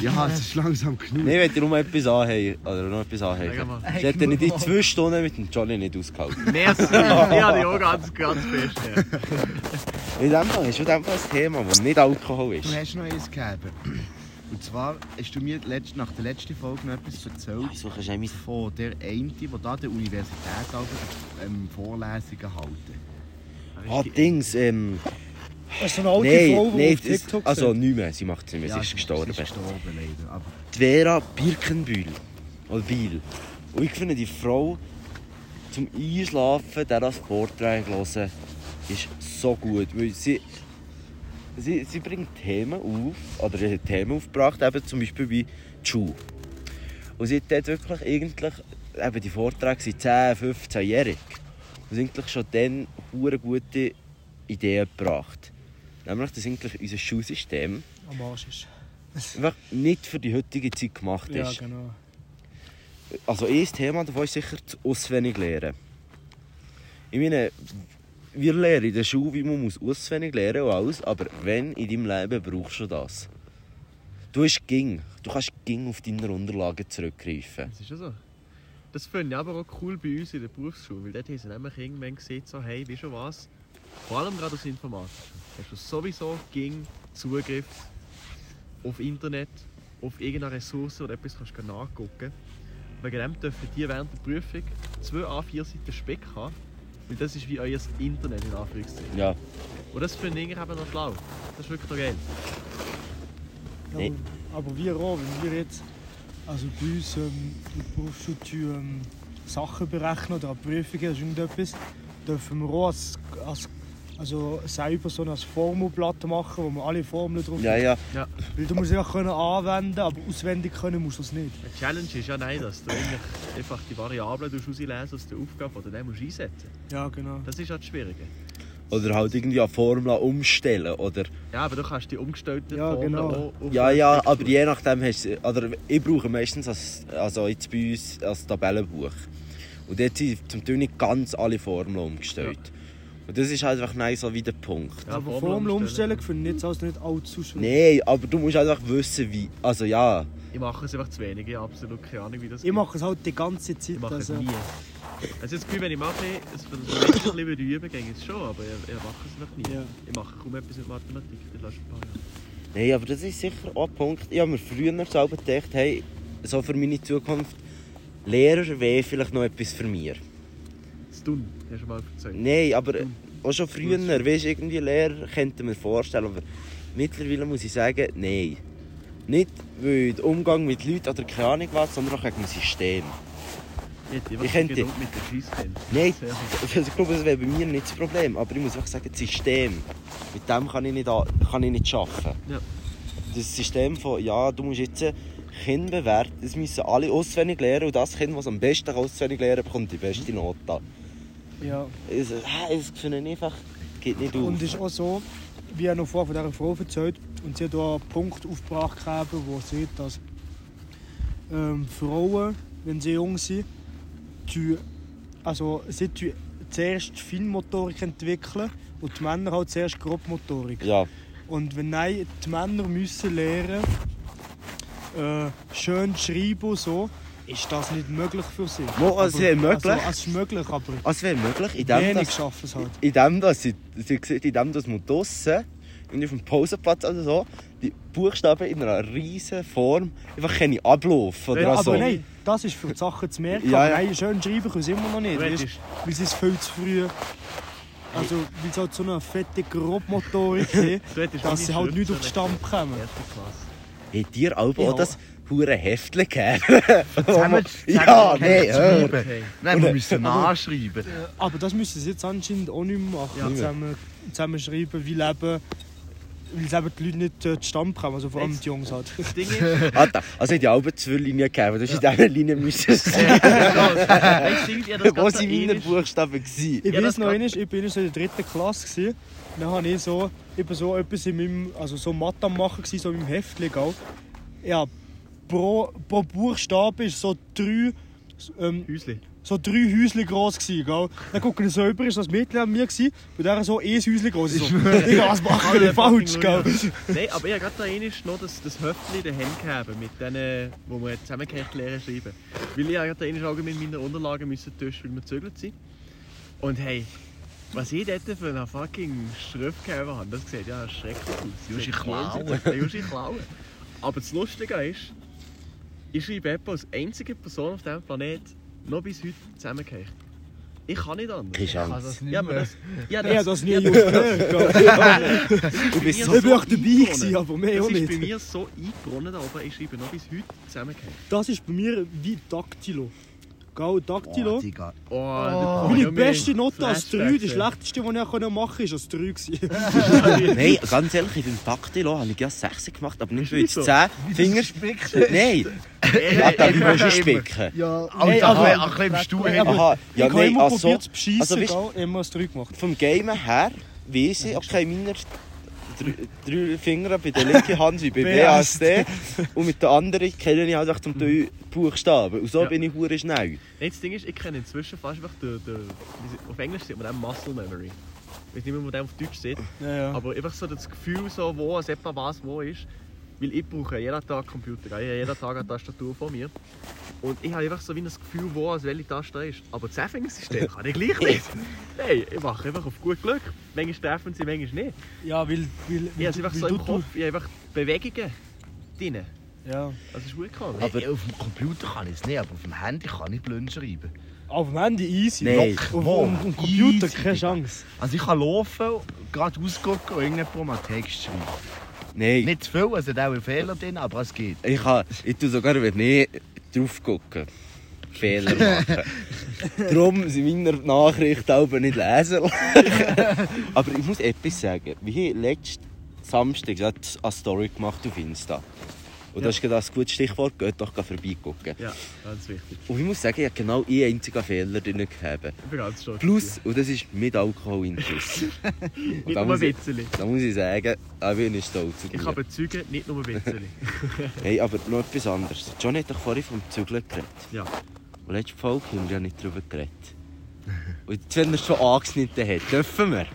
[SPEAKER 4] Ja, es ist langsam genug.
[SPEAKER 5] Nein, ich wollte nur etwas anheben. Oder noch etwas
[SPEAKER 7] Sag
[SPEAKER 5] anheben.
[SPEAKER 7] mal.
[SPEAKER 5] Ich hätte nicht die zwei Stunden mit dem Johnny nicht ausgehalten.
[SPEAKER 7] Merci. Ich habe dich auch ganz, ganz fest. ja.
[SPEAKER 5] In dem Fall ist schon ein Thema, das nicht Alkohol
[SPEAKER 8] Du
[SPEAKER 5] ist.
[SPEAKER 8] hast noch eins gegeben. Und zwar hast du mir letzt- nach der letzten Folge noch etwas erzählt
[SPEAKER 5] Wieso kannst du mich...
[SPEAKER 8] von der einen, die hier an der Universität also, ähm, Vorlesungen halten.
[SPEAKER 5] Ah, Dings, ähm...
[SPEAKER 6] Es ist so eine alte Frau,
[SPEAKER 5] Nein,
[SPEAKER 6] die
[SPEAKER 5] nein,
[SPEAKER 6] auf
[SPEAKER 5] das-
[SPEAKER 6] TikTok
[SPEAKER 5] also nicht mehr, sie macht es nicht mehr, sie ist
[SPEAKER 8] sie-
[SPEAKER 5] gestorben.
[SPEAKER 8] Sie ist gestorben, leider. Aber
[SPEAKER 5] Die Vera Birkenbühl, oder Biel. Und ich finde, die Frau zum Einschlafen, der das Vortrag hören, ist so gut, weil sie... Sie, sie bringt Themen auf, oder sie hat Themen aufgebracht, eben zum Beispiel wie die Schule. Und sie hat dort wirklich eigentlich, eben die Vorträge sind 10, 15-jährig. Und sie hat eigentlich schon dann hure gute Ideen gebracht. Nämlich, dass eigentlich unser Schulsystem
[SPEAKER 6] am Arsch ist.
[SPEAKER 5] einfach nicht für die heutige Zeit gemacht
[SPEAKER 6] Ja,
[SPEAKER 5] ist.
[SPEAKER 6] genau.
[SPEAKER 5] Also ein Thema davon ist sicher das auswendig lernen. Ich meine, wir lernen in der Schule, wie man muss auswendig lernen und alles, aber wenn in deinem Leben brauchst du das? Du hast ging, du kannst ging auf deine Unterlagen zurückgreifen.
[SPEAKER 7] Das ist ja so. Das finde ich aber auch cool bei uns in der Berufsschule, weil dort haben sie nämlich irgendwann gesehen, so, hey, weißt du was? Vor allem gerade aus Informatik. Hast du sowieso ging Zugriff auf Internet, auf irgendeine Ressource oder etwas kannst du nachgucken. Wegen dem dürfen die während der Prüfung 2 A4 Seiten Speck haben. Weil das ist wie euer Internet in Anführungszeichen.
[SPEAKER 5] Ja,
[SPEAKER 7] Und das finde ich eben noch schlau. Das ist wirklich noch geil.
[SPEAKER 6] Ja,
[SPEAKER 5] Nee.
[SPEAKER 6] Ähm, Aber, aber wir auch, wenn wir jetzt also bei uns ähm, in der Berufsschule ähm, Sachen berechnen oder an Prüfungen oder irgendetwas, dürfen wir auch als, als, also selber so ein Formelblatt machen, wo wir alle Formeln drauf
[SPEAKER 5] ja, ja.
[SPEAKER 6] Weil du musst es einfach können anwenden, aber auswendig können musst du es nicht.
[SPEAKER 7] Die Challenge ist ja nein, dass du eigentlich einfach die Variablen herauslesen aus der Aufgabe oder dann musst du einsetzen.
[SPEAKER 6] Ja, genau.
[SPEAKER 7] Das ist halt das Schwierige.
[SPEAKER 5] Oder halt irgendwie eine Formel umstellen, oder?
[SPEAKER 7] Ja, aber du kannst die umgestellten
[SPEAKER 6] Ja,
[SPEAKER 7] Formen
[SPEAKER 6] genau.
[SPEAKER 7] auch auf
[SPEAKER 5] Ja,
[SPEAKER 7] eine
[SPEAKER 5] ja,
[SPEAKER 7] Textur-
[SPEAKER 5] aber je nachdem hast du... Oder ich brauche meistens, als, also jetzt bei uns, als Tabellenbuch. Und dort sind zum Teil nicht ganz alle Formeln umgestellt. Und das ist halt einfach nice, so wie der Punkt.
[SPEAKER 7] Ja,
[SPEAKER 6] aber Formel umstellen finde ich jetzt also nicht allzu schwer.
[SPEAKER 5] Nein, aber du musst einfach wissen, wie... Also ja,
[SPEAKER 7] Ich mache es einfach zu wenig, ich habe absolut keine Ahnung, wie das
[SPEAKER 6] Ich mache es halt die ganze Zeit.
[SPEAKER 7] geht. Ich mache es
[SPEAKER 6] also-
[SPEAKER 7] nie. Also das Gefühl, wenn ich mache, es für das Mädchen ein bisschen üben, ging es schon, aber ich, ich mache es einfach nie.
[SPEAKER 6] Ja.
[SPEAKER 7] Ich mache kaum etwas mit Mathematik, das lasse ich ein paar Jahre.
[SPEAKER 5] nein, aber das ist sicher auch ein Punkt. Ich habe mir früher selber gedacht, hey, so für meine Zukunft, Lehrer wäre vielleicht noch etwas für mich.
[SPEAKER 7] Das Tun, hast du mal erzählt.
[SPEAKER 5] Nein, aber äh, auch schon früher, weißt du, irgendwie Lehrer könnte mir vorstellen, aber mittlerweile muss ich sagen, nein. Nicht weil der Umgang mit Leuten oder keine Ahnung was, sondern auch wegen dem System.
[SPEAKER 7] Ich,
[SPEAKER 5] Ich könnte-
[SPEAKER 7] genug mit der Scheiss kennen.
[SPEAKER 5] Nein,
[SPEAKER 7] Sehr gut.
[SPEAKER 5] also ich glaube, das wäre bei mir nicht das Problem, aber ich muss einfach sagen, das System, mit dem kann ich nicht, an- kann ich nicht arbeiten.
[SPEAKER 7] Ja.
[SPEAKER 5] Das System von, ja, du musst jetzt Kinder bewerten. Es müssen alle auswendig lernen und das Kind, das am besten auswendig lernen kann, bekommt die beste Note.
[SPEAKER 6] Ja.
[SPEAKER 5] Es, ah, es finde ich einfach, geht nicht auf.
[SPEAKER 6] Und es ist auch so, wie er noch vorher von dieser Frau erzählt, und sie hat auch einen Punkt aufgebracht, gegeben, wo sie sieht, dass ähm, Frauen, wenn sie jung sind, die, also, sie die zuerst Feinmotorik entwickeln und die Männer halt zuerst Grobmotorik.
[SPEAKER 5] Ja,
[SPEAKER 6] Und wenn nein, die Männer müssen lernen, äh, schön schreiben und so, ist das nicht möglich für sie.
[SPEAKER 5] Mo, es
[SPEAKER 6] Aber-
[SPEAKER 5] wäre möglich.
[SPEAKER 6] Also, es ist möglich, aber
[SPEAKER 5] Also es wäre möglich, in dem,
[SPEAKER 6] wenig
[SPEAKER 5] dass,
[SPEAKER 6] schaffen es halt.
[SPEAKER 5] in dem, dass, sie, sie sieht, in dem, dass man draussen, irgendwie auf dem Pausenplatz oder so, die Buchstaben in einer riesen Form einfach können ablaufen oder
[SPEAKER 6] Ja,
[SPEAKER 5] so.
[SPEAKER 6] aber nein, das ist für die Sachen zu merken.
[SPEAKER 5] Ja,
[SPEAKER 6] Ja,
[SPEAKER 5] ja.
[SPEAKER 6] Nein, schön schreiben können sie immer noch nicht. Weißt, du, weil sie es viel zu früh. Also, weil es halt so eine fette Grobmotorik ist,
[SPEAKER 7] Du hättest
[SPEAKER 6] dass sie
[SPEAKER 7] meine
[SPEAKER 6] halt nicht
[SPEAKER 7] Schnürzen
[SPEAKER 6] auf den Stamm kommen.
[SPEAKER 7] Erste Klasse.
[SPEAKER 5] Habt ihr auch
[SPEAKER 6] Ja.
[SPEAKER 5] auch das hure Heftchen gegeben?
[SPEAKER 8] Zusammen-
[SPEAKER 5] ja,
[SPEAKER 8] zusammen-
[SPEAKER 5] nein, hör.
[SPEAKER 7] Okay.
[SPEAKER 4] Nein, wir müssen nachschreiben.
[SPEAKER 6] Aber das müssen sie jetzt anscheinend auch nicht mehr machen.
[SPEAKER 7] Ja.
[SPEAKER 6] Zusammen, zusammen schreiben, wie leben. Weil es eben die Leute nicht äh, den Stamm kommen, also vor allem die Jungs halt.
[SPEAKER 7] Das Ding ist,
[SPEAKER 5] Alter, also hat ja auch zwei Linien gegeben. Du hast in dieser Linie müssen sein.
[SPEAKER 7] weißt du, ja, das
[SPEAKER 5] Wo
[SPEAKER 7] ganze
[SPEAKER 5] sind meine Buchstaben? gewesen?
[SPEAKER 6] Ich
[SPEAKER 7] Ja,
[SPEAKER 6] weiß
[SPEAKER 7] das
[SPEAKER 6] noch
[SPEAKER 7] geht.
[SPEAKER 6] einmal, ich bin so in der dritten Klasse. Gewesen. Dann habe ich so, eben so etwas in meinem, also so Mathe am machen, gewesen, so in meinem Heftchen. Gell? Ja, pro, pro Buchstabe ist so drei, ähm,
[SPEAKER 7] Häusli.
[SPEAKER 6] so drei Häuschen groß gewesen, gell? Dann gucken so über, ist das Mädchen an mir gewesen, bei der so ein Häuschen groß ist. So, Digga, was machen wir falsch, gell?
[SPEAKER 7] Nein, aber ich habe gerade da einmal noch das, das Höftchen in den Händen gehabt, mit denen, wo wir zusammengehängt lernen schreiben. Weil ich habe gerade da einmal allgemein meine Unterlagen müssen tauschen, weil wir gezögert sind. Und hey, was ich dort für eine fucking Schrift gehabt habe, das sieht ja schrecklich aus. Juschi Klauen. Juschi Klauen. Aber das Lustige ist, ich schreibe etwa als einzige Person auf diesem Planeten noch bis heute zusammengehängt. Ich kann nicht anders.
[SPEAKER 5] Keine Chance.
[SPEAKER 8] das
[SPEAKER 7] Ja, aber das... Ja,
[SPEAKER 6] Ja, das nie Jungs gehört, gell?
[SPEAKER 5] Du bist
[SPEAKER 7] mir
[SPEAKER 5] so
[SPEAKER 6] Ich bin auch dabei
[SPEAKER 7] eingebrochen.
[SPEAKER 6] gewesen, aber
[SPEAKER 7] Das
[SPEAKER 6] mehr auch
[SPEAKER 7] ist bei
[SPEAKER 6] nicht.
[SPEAKER 7] mir so eingebronnen da oben, ich schreibe noch bis heute zusammengehängt.
[SPEAKER 6] Das ist bei mir wie Daktilo. Gell,
[SPEAKER 8] Ah,
[SPEAKER 6] Daktilo.
[SPEAKER 4] Digga.
[SPEAKER 7] Oh, oh,
[SPEAKER 6] Ah, Meine beste Note als 3, die schlechteste, die ich machen konnte, war als 3. gewesen.
[SPEAKER 5] Nein, ganz ehrlich, ich bin Taktilo, habe ich ja 6 gemacht, aber nicht weil ich
[SPEAKER 7] Wieso?
[SPEAKER 5] 10 Finger... Nein, Alter, wie willst du spicken?
[SPEAKER 8] Ja,
[SPEAKER 6] Nein,
[SPEAKER 8] Alter,
[SPEAKER 6] also-
[SPEAKER 8] ein bisschen im Stuhl.
[SPEAKER 6] Nein, aber
[SPEAKER 5] Aha, ja,
[SPEAKER 6] ich habe
[SPEAKER 5] nein,
[SPEAKER 6] immer
[SPEAKER 5] also...
[SPEAKER 6] probiert zu beschissen,
[SPEAKER 5] also
[SPEAKER 6] also,
[SPEAKER 5] bist-
[SPEAKER 6] immer als 3 gemacht.
[SPEAKER 5] Vom Game her weiss ich, okay, meine drei- drei Finger bei der linken Hand wie bei BASD und mit der anderen kenne ich halt auch zum Teil Buchstaben. Und so
[SPEAKER 7] Ja.
[SPEAKER 5] bin ich hure schnell.
[SPEAKER 7] Nein, das Ding ist, ich kenne inzwischen fast einfach den, den, auf Englisch sieht man den Muscle Memory. Ich weiß nicht mehr, wo der auf Deutsch sieht,
[SPEAKER 6] Ja, ja.
[SPEAKER 7] aber einfach so das Gefühl, so, wo es etwa was wo ist. Weil ich brauche jeden Tag Computer, gell? ich habe jeden Tag eine Tastatur vor mir. Und ich habe einfach so wie ein Gefühl, wo als welche Taste ist. Aber das Anfängersystem kann ich gleich nicht. Nein, ich mache einfach auf gut Glück. Manchmal treffen sie, manchmal nicht.
[SPEAKER 6] ja, weil, weil, weil,
[SPEAKER 7] Ich habe einfach
[SPEAKER 6] weil
[SPEAKER 7] so
[SPEAKER 6] du-
[SPEAKER 7] im Kopf, ich habe einfach Bewegungen drin.
[SPEAKER 6] Ja.
[SPEAKER 7] Das ist gut gekommen.
[SPEAKER 5] Aber-
[SPEAKER 8] Ey, auf dem Computer kann ich es nicht, aber auf dem Handy kann ich blöd schreiben.
[SPEAKER 6] Auf dem Handy easy.
[SPEAKER 5] Nein.
[SPEAKER 6] Auf, auf, dem Computer
[SPEAKER 8] Easy, Digga.
[SPEAKER 6] keine Chance.
[SPEAKER 8] Also ich kann laufen, gerade ausgucken und irgendwo mal einen Text schreiben.
[SPEAKER 5] Nein.
[SPEAKER 8] Nicht zu viel, also da ein Fehler drin, aber es geht.
[SPEAKER 5] Ich, kann, ich tue sogar, wenn ich drauf gucke, Fehler machen. Darum sind meine Nachrichten auch nicht lesen. Aber ich muss etwas sagen. Wir haben letzten Samstag gerade eine Story gemacht auf Insta. Und das ist gerade ein gutes Stichwort, geht doch gleich vorbeigucken.
[SPEAKER 7] Ja, ganz wichtig.
[SPEAKER 5] Und ich muss sagen, ich habe genau einen einzigen Fehler drin gehabt.
[SPEAKER 7] Ich bin ganz stolz.
[SPEAKER 5] Plus, und das ist mit Alkohol intus.
[SPEAKER 7] auf dich.
[SPEAKER 5] und
[SPEAKER 7] Nicht
[SPEAKER 5] da
[SPEAKER 7] nur ein
[SPEAKER 5] muss ich-
[SPEAKER 7] bisschen.
[SPEAKER 5] Da muss ich sagen, auch bin ich stolz auf
[SPEAKER 7] Ich
[SPEAKER 5] mich.
[SPEAKER 7] kann bezeugen, nicht nur ein bisschen.
[SPEAKER 5] Hey, aber noch etwas anderes. John hat doch vorhin vom Zügeln geredet.
[SPEAKER 7] Ja.
[SPEAKER 5] Und letzte Folge haben wir ja nicht darüber geredet. Und jetzt, wenn er es schon angeschnitten hat, dürfen wir.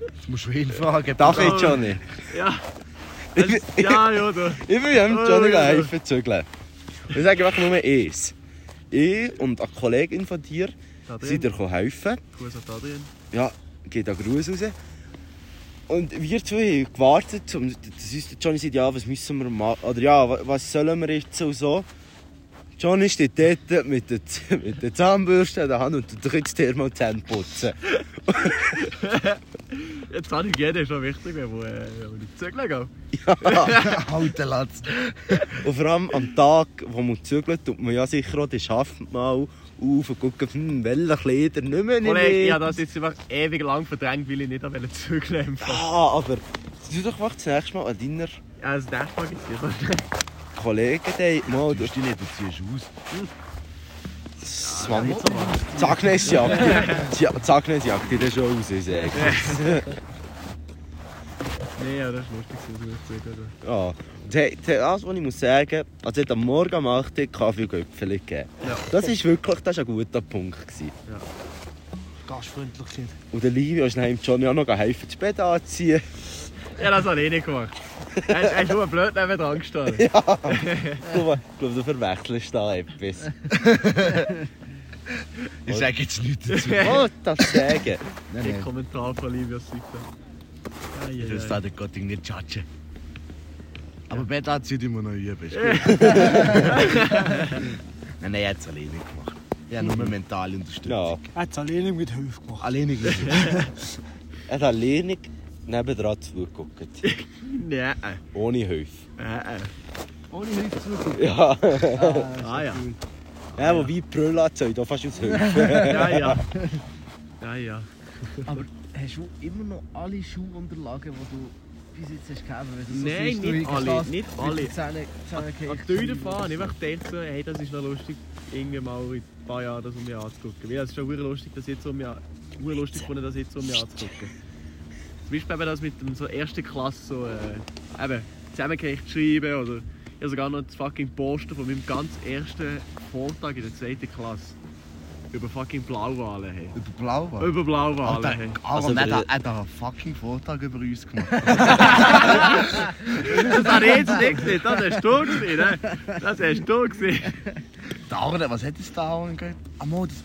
[SPEAKER 8] Jetzt musst du ihn fragen.
[SPEAKER 5] Darf ich, Johnny?
[SPEAKER 7] ja.
[SPEAKER 5] Ich bin,
[SPEAKER 7] Also, ja, ja, da.
[SPEAKER 5] ich bin ja mit Johnny
[SPEAKER 7] Oh, ja.
[SPEAKER 5] helfen zügeln. Und ich sage einfach nur eins. Ich und eine Kollegin von dir sind dir
[SPEAKER 7] Adrian,
[SPEAKER 5] helfen.
[SPEAKER 7] Gruß an Adrian.
[SPEAKER 5] Ja, geht da Gruß raus. Und wir zwei haben gewartet, um, das ist der Johnny sagt, ja, was müssen wir machen, oder ja, wa- was sollen wir jetzt und so. Johnny steht dort mit der, Z- mit der Zahnbürste in der Hand und du kannst dir mal die Zähne putzen.
[SPEAKER 7] Jetzt habe ich jeden schon wichtig, wenn wir äh, die Zügel gehen.
[SPEAKER 8] Alter Latz.
[SPEAKER 5] Und vor allem am Tag, wo man zügelt, tut man ja sicher auch den Schaft mal auf und guckt, hm, welche Kleider nicht mehr
[SPEAKER 7] Kollege,
[SPEAKER 5] nehmen.
[SPEAKER 7] ich habe das jetzt einfach ewig lang verdrängt, weil ich nicht an Zügel empfangen
[SPEAKER 5] Ah, Ja, aber du doch mach das nächste Mal an deiner
[SPEAKER 7] Also, das nächste Mal gibt es wieder.
[SPEAKER 5] Kollegen, die haben mal... Du
[SPEAKER 4] ziehst dich nicht, du ziehst aus.
[SPEAKER 5] Hm. Swammer. Zagnesjagd. Ja, Zagnesjagd, die ist schon raus, ich sage.
[SPEAKER 7] Nein, ja, das ist lustig, das muss ich zugeben.
[SPEAKER 5] Ja. Das, das, was ich muss sagen, also es hat am Morgen um 8 Uhr Kaffeegöpfchen gegeben.
[SPEAKER 7] Ja.
[SPEAKER 5] Das ist wirklich das ist ein guter Punkt. Gewesen.
[SPEAKER 8] Gastfreundlichkeit.
[SPEAKER 5] Und der Livio ist dann Johnny auch noch helfen, das Bett anziehen.
[SPEAKER 7] Ja, das habe ich nicht gemacht. Er er ist nur blöd neben dran gestanden.
[SPEAKER 5] Ich glaube, ich glaube, du verwechselst da etwas.
[SPEAKER 4] Ich sage jetzt nichts dazu.
[SPEAKER 5] Oh, das sagen.
[SPEAKER 4] Nein,
[SPEAKER 7] Der
[SPEAKER 4] nein.
[SPEAKER 7] Kommentar von Livias Seite. Ei,
[SPEAKER 4] Das
[SPEAKER 7] ei, ei.
[SPEAKER 4] werde Gott nicht judgen. Aber Bett anziehen tun wir noch üben. ist gut. nein, nein, er hat es alleine gemacht. Ich habe nur mentale Unterstützung.
[SPEAKER 5] Ja.
[SPEAKER 6] Er hat es alleine mit Hilfe gemacht.
[SPEAKER 4] Alleine gewesen.
[SPEAKER 5] Er hat alleinig nebendran zugeguckt.
[SPEAKER 7] Nein,
[SPEAKER 5] Ohne Hilfe.
[SPEAKER 7] äh, äh.
[SPEAKER 8] Ohne Hilfe zu
[SPEAKER 5] Ja.
[SPEAKER 7] Ah ja.
[SPEAKER 5] ja wobei Brüller zählt auch fast aus Hilfe.
[SPEAKER 7] Ja, ja. Ja, ja.
[SPEAKER 8] Aber hast du immer noch alle Schuhunterlagen, die du bis jetzt hast gegeben hast? wenn du so
[SPEAKER 7] Nein,
[SPEAKER 8] fest
[SPEAKER 7] nicht alle,
[SPEAKER 8] durchgehst,
[SPEAKER 7] nicht
[SPEAKER 8] mit
[SPEAKER 7] alle.
[SPEAKER 8] den Zähnen- Zähnen
[SPEAKER 7] An
[SPEAKER 8] gehackt.
[SPEAKER 7] die Tür fahren. Ich habe gedacht, so, hey, das ist noch lustig, irgendwie mal in ein paar Jahren das um mich anzugucken. Weil es ist schon verdammt lustig, das jetzt um mich, an- verdammt lustig gefunden, das jetzt um mich anzugucken. Zum Beispiel eben das mit dem so ersten Klasse, so, äh, eben, zusammengekriegt schreiben oder ich habe sogar noch das fucking Poster von meinem ganz ersten Vortrag in der zweiten Klasse. Über fucking Blauwale. Hey.
[SPEAKER 4] Über Blau war.
[SPEAKER 7] Über Blauwale.
[SPEAKER 4] Alter,
[SPEAKER 7] Hey.
[SPEAKER 4] also,
[SPEAKER 5] der-
[SPEAKER 4] er hat- er hat einen fucking Vortrag über uns gemacht.
[SPEAKER 7] Das habe ich jetzt nicht gesehen, das hast du gesehen. Ne? Das hast du gesehen.
[SPEAKER 4] Dauern, was hat es da angehört? Amor, das.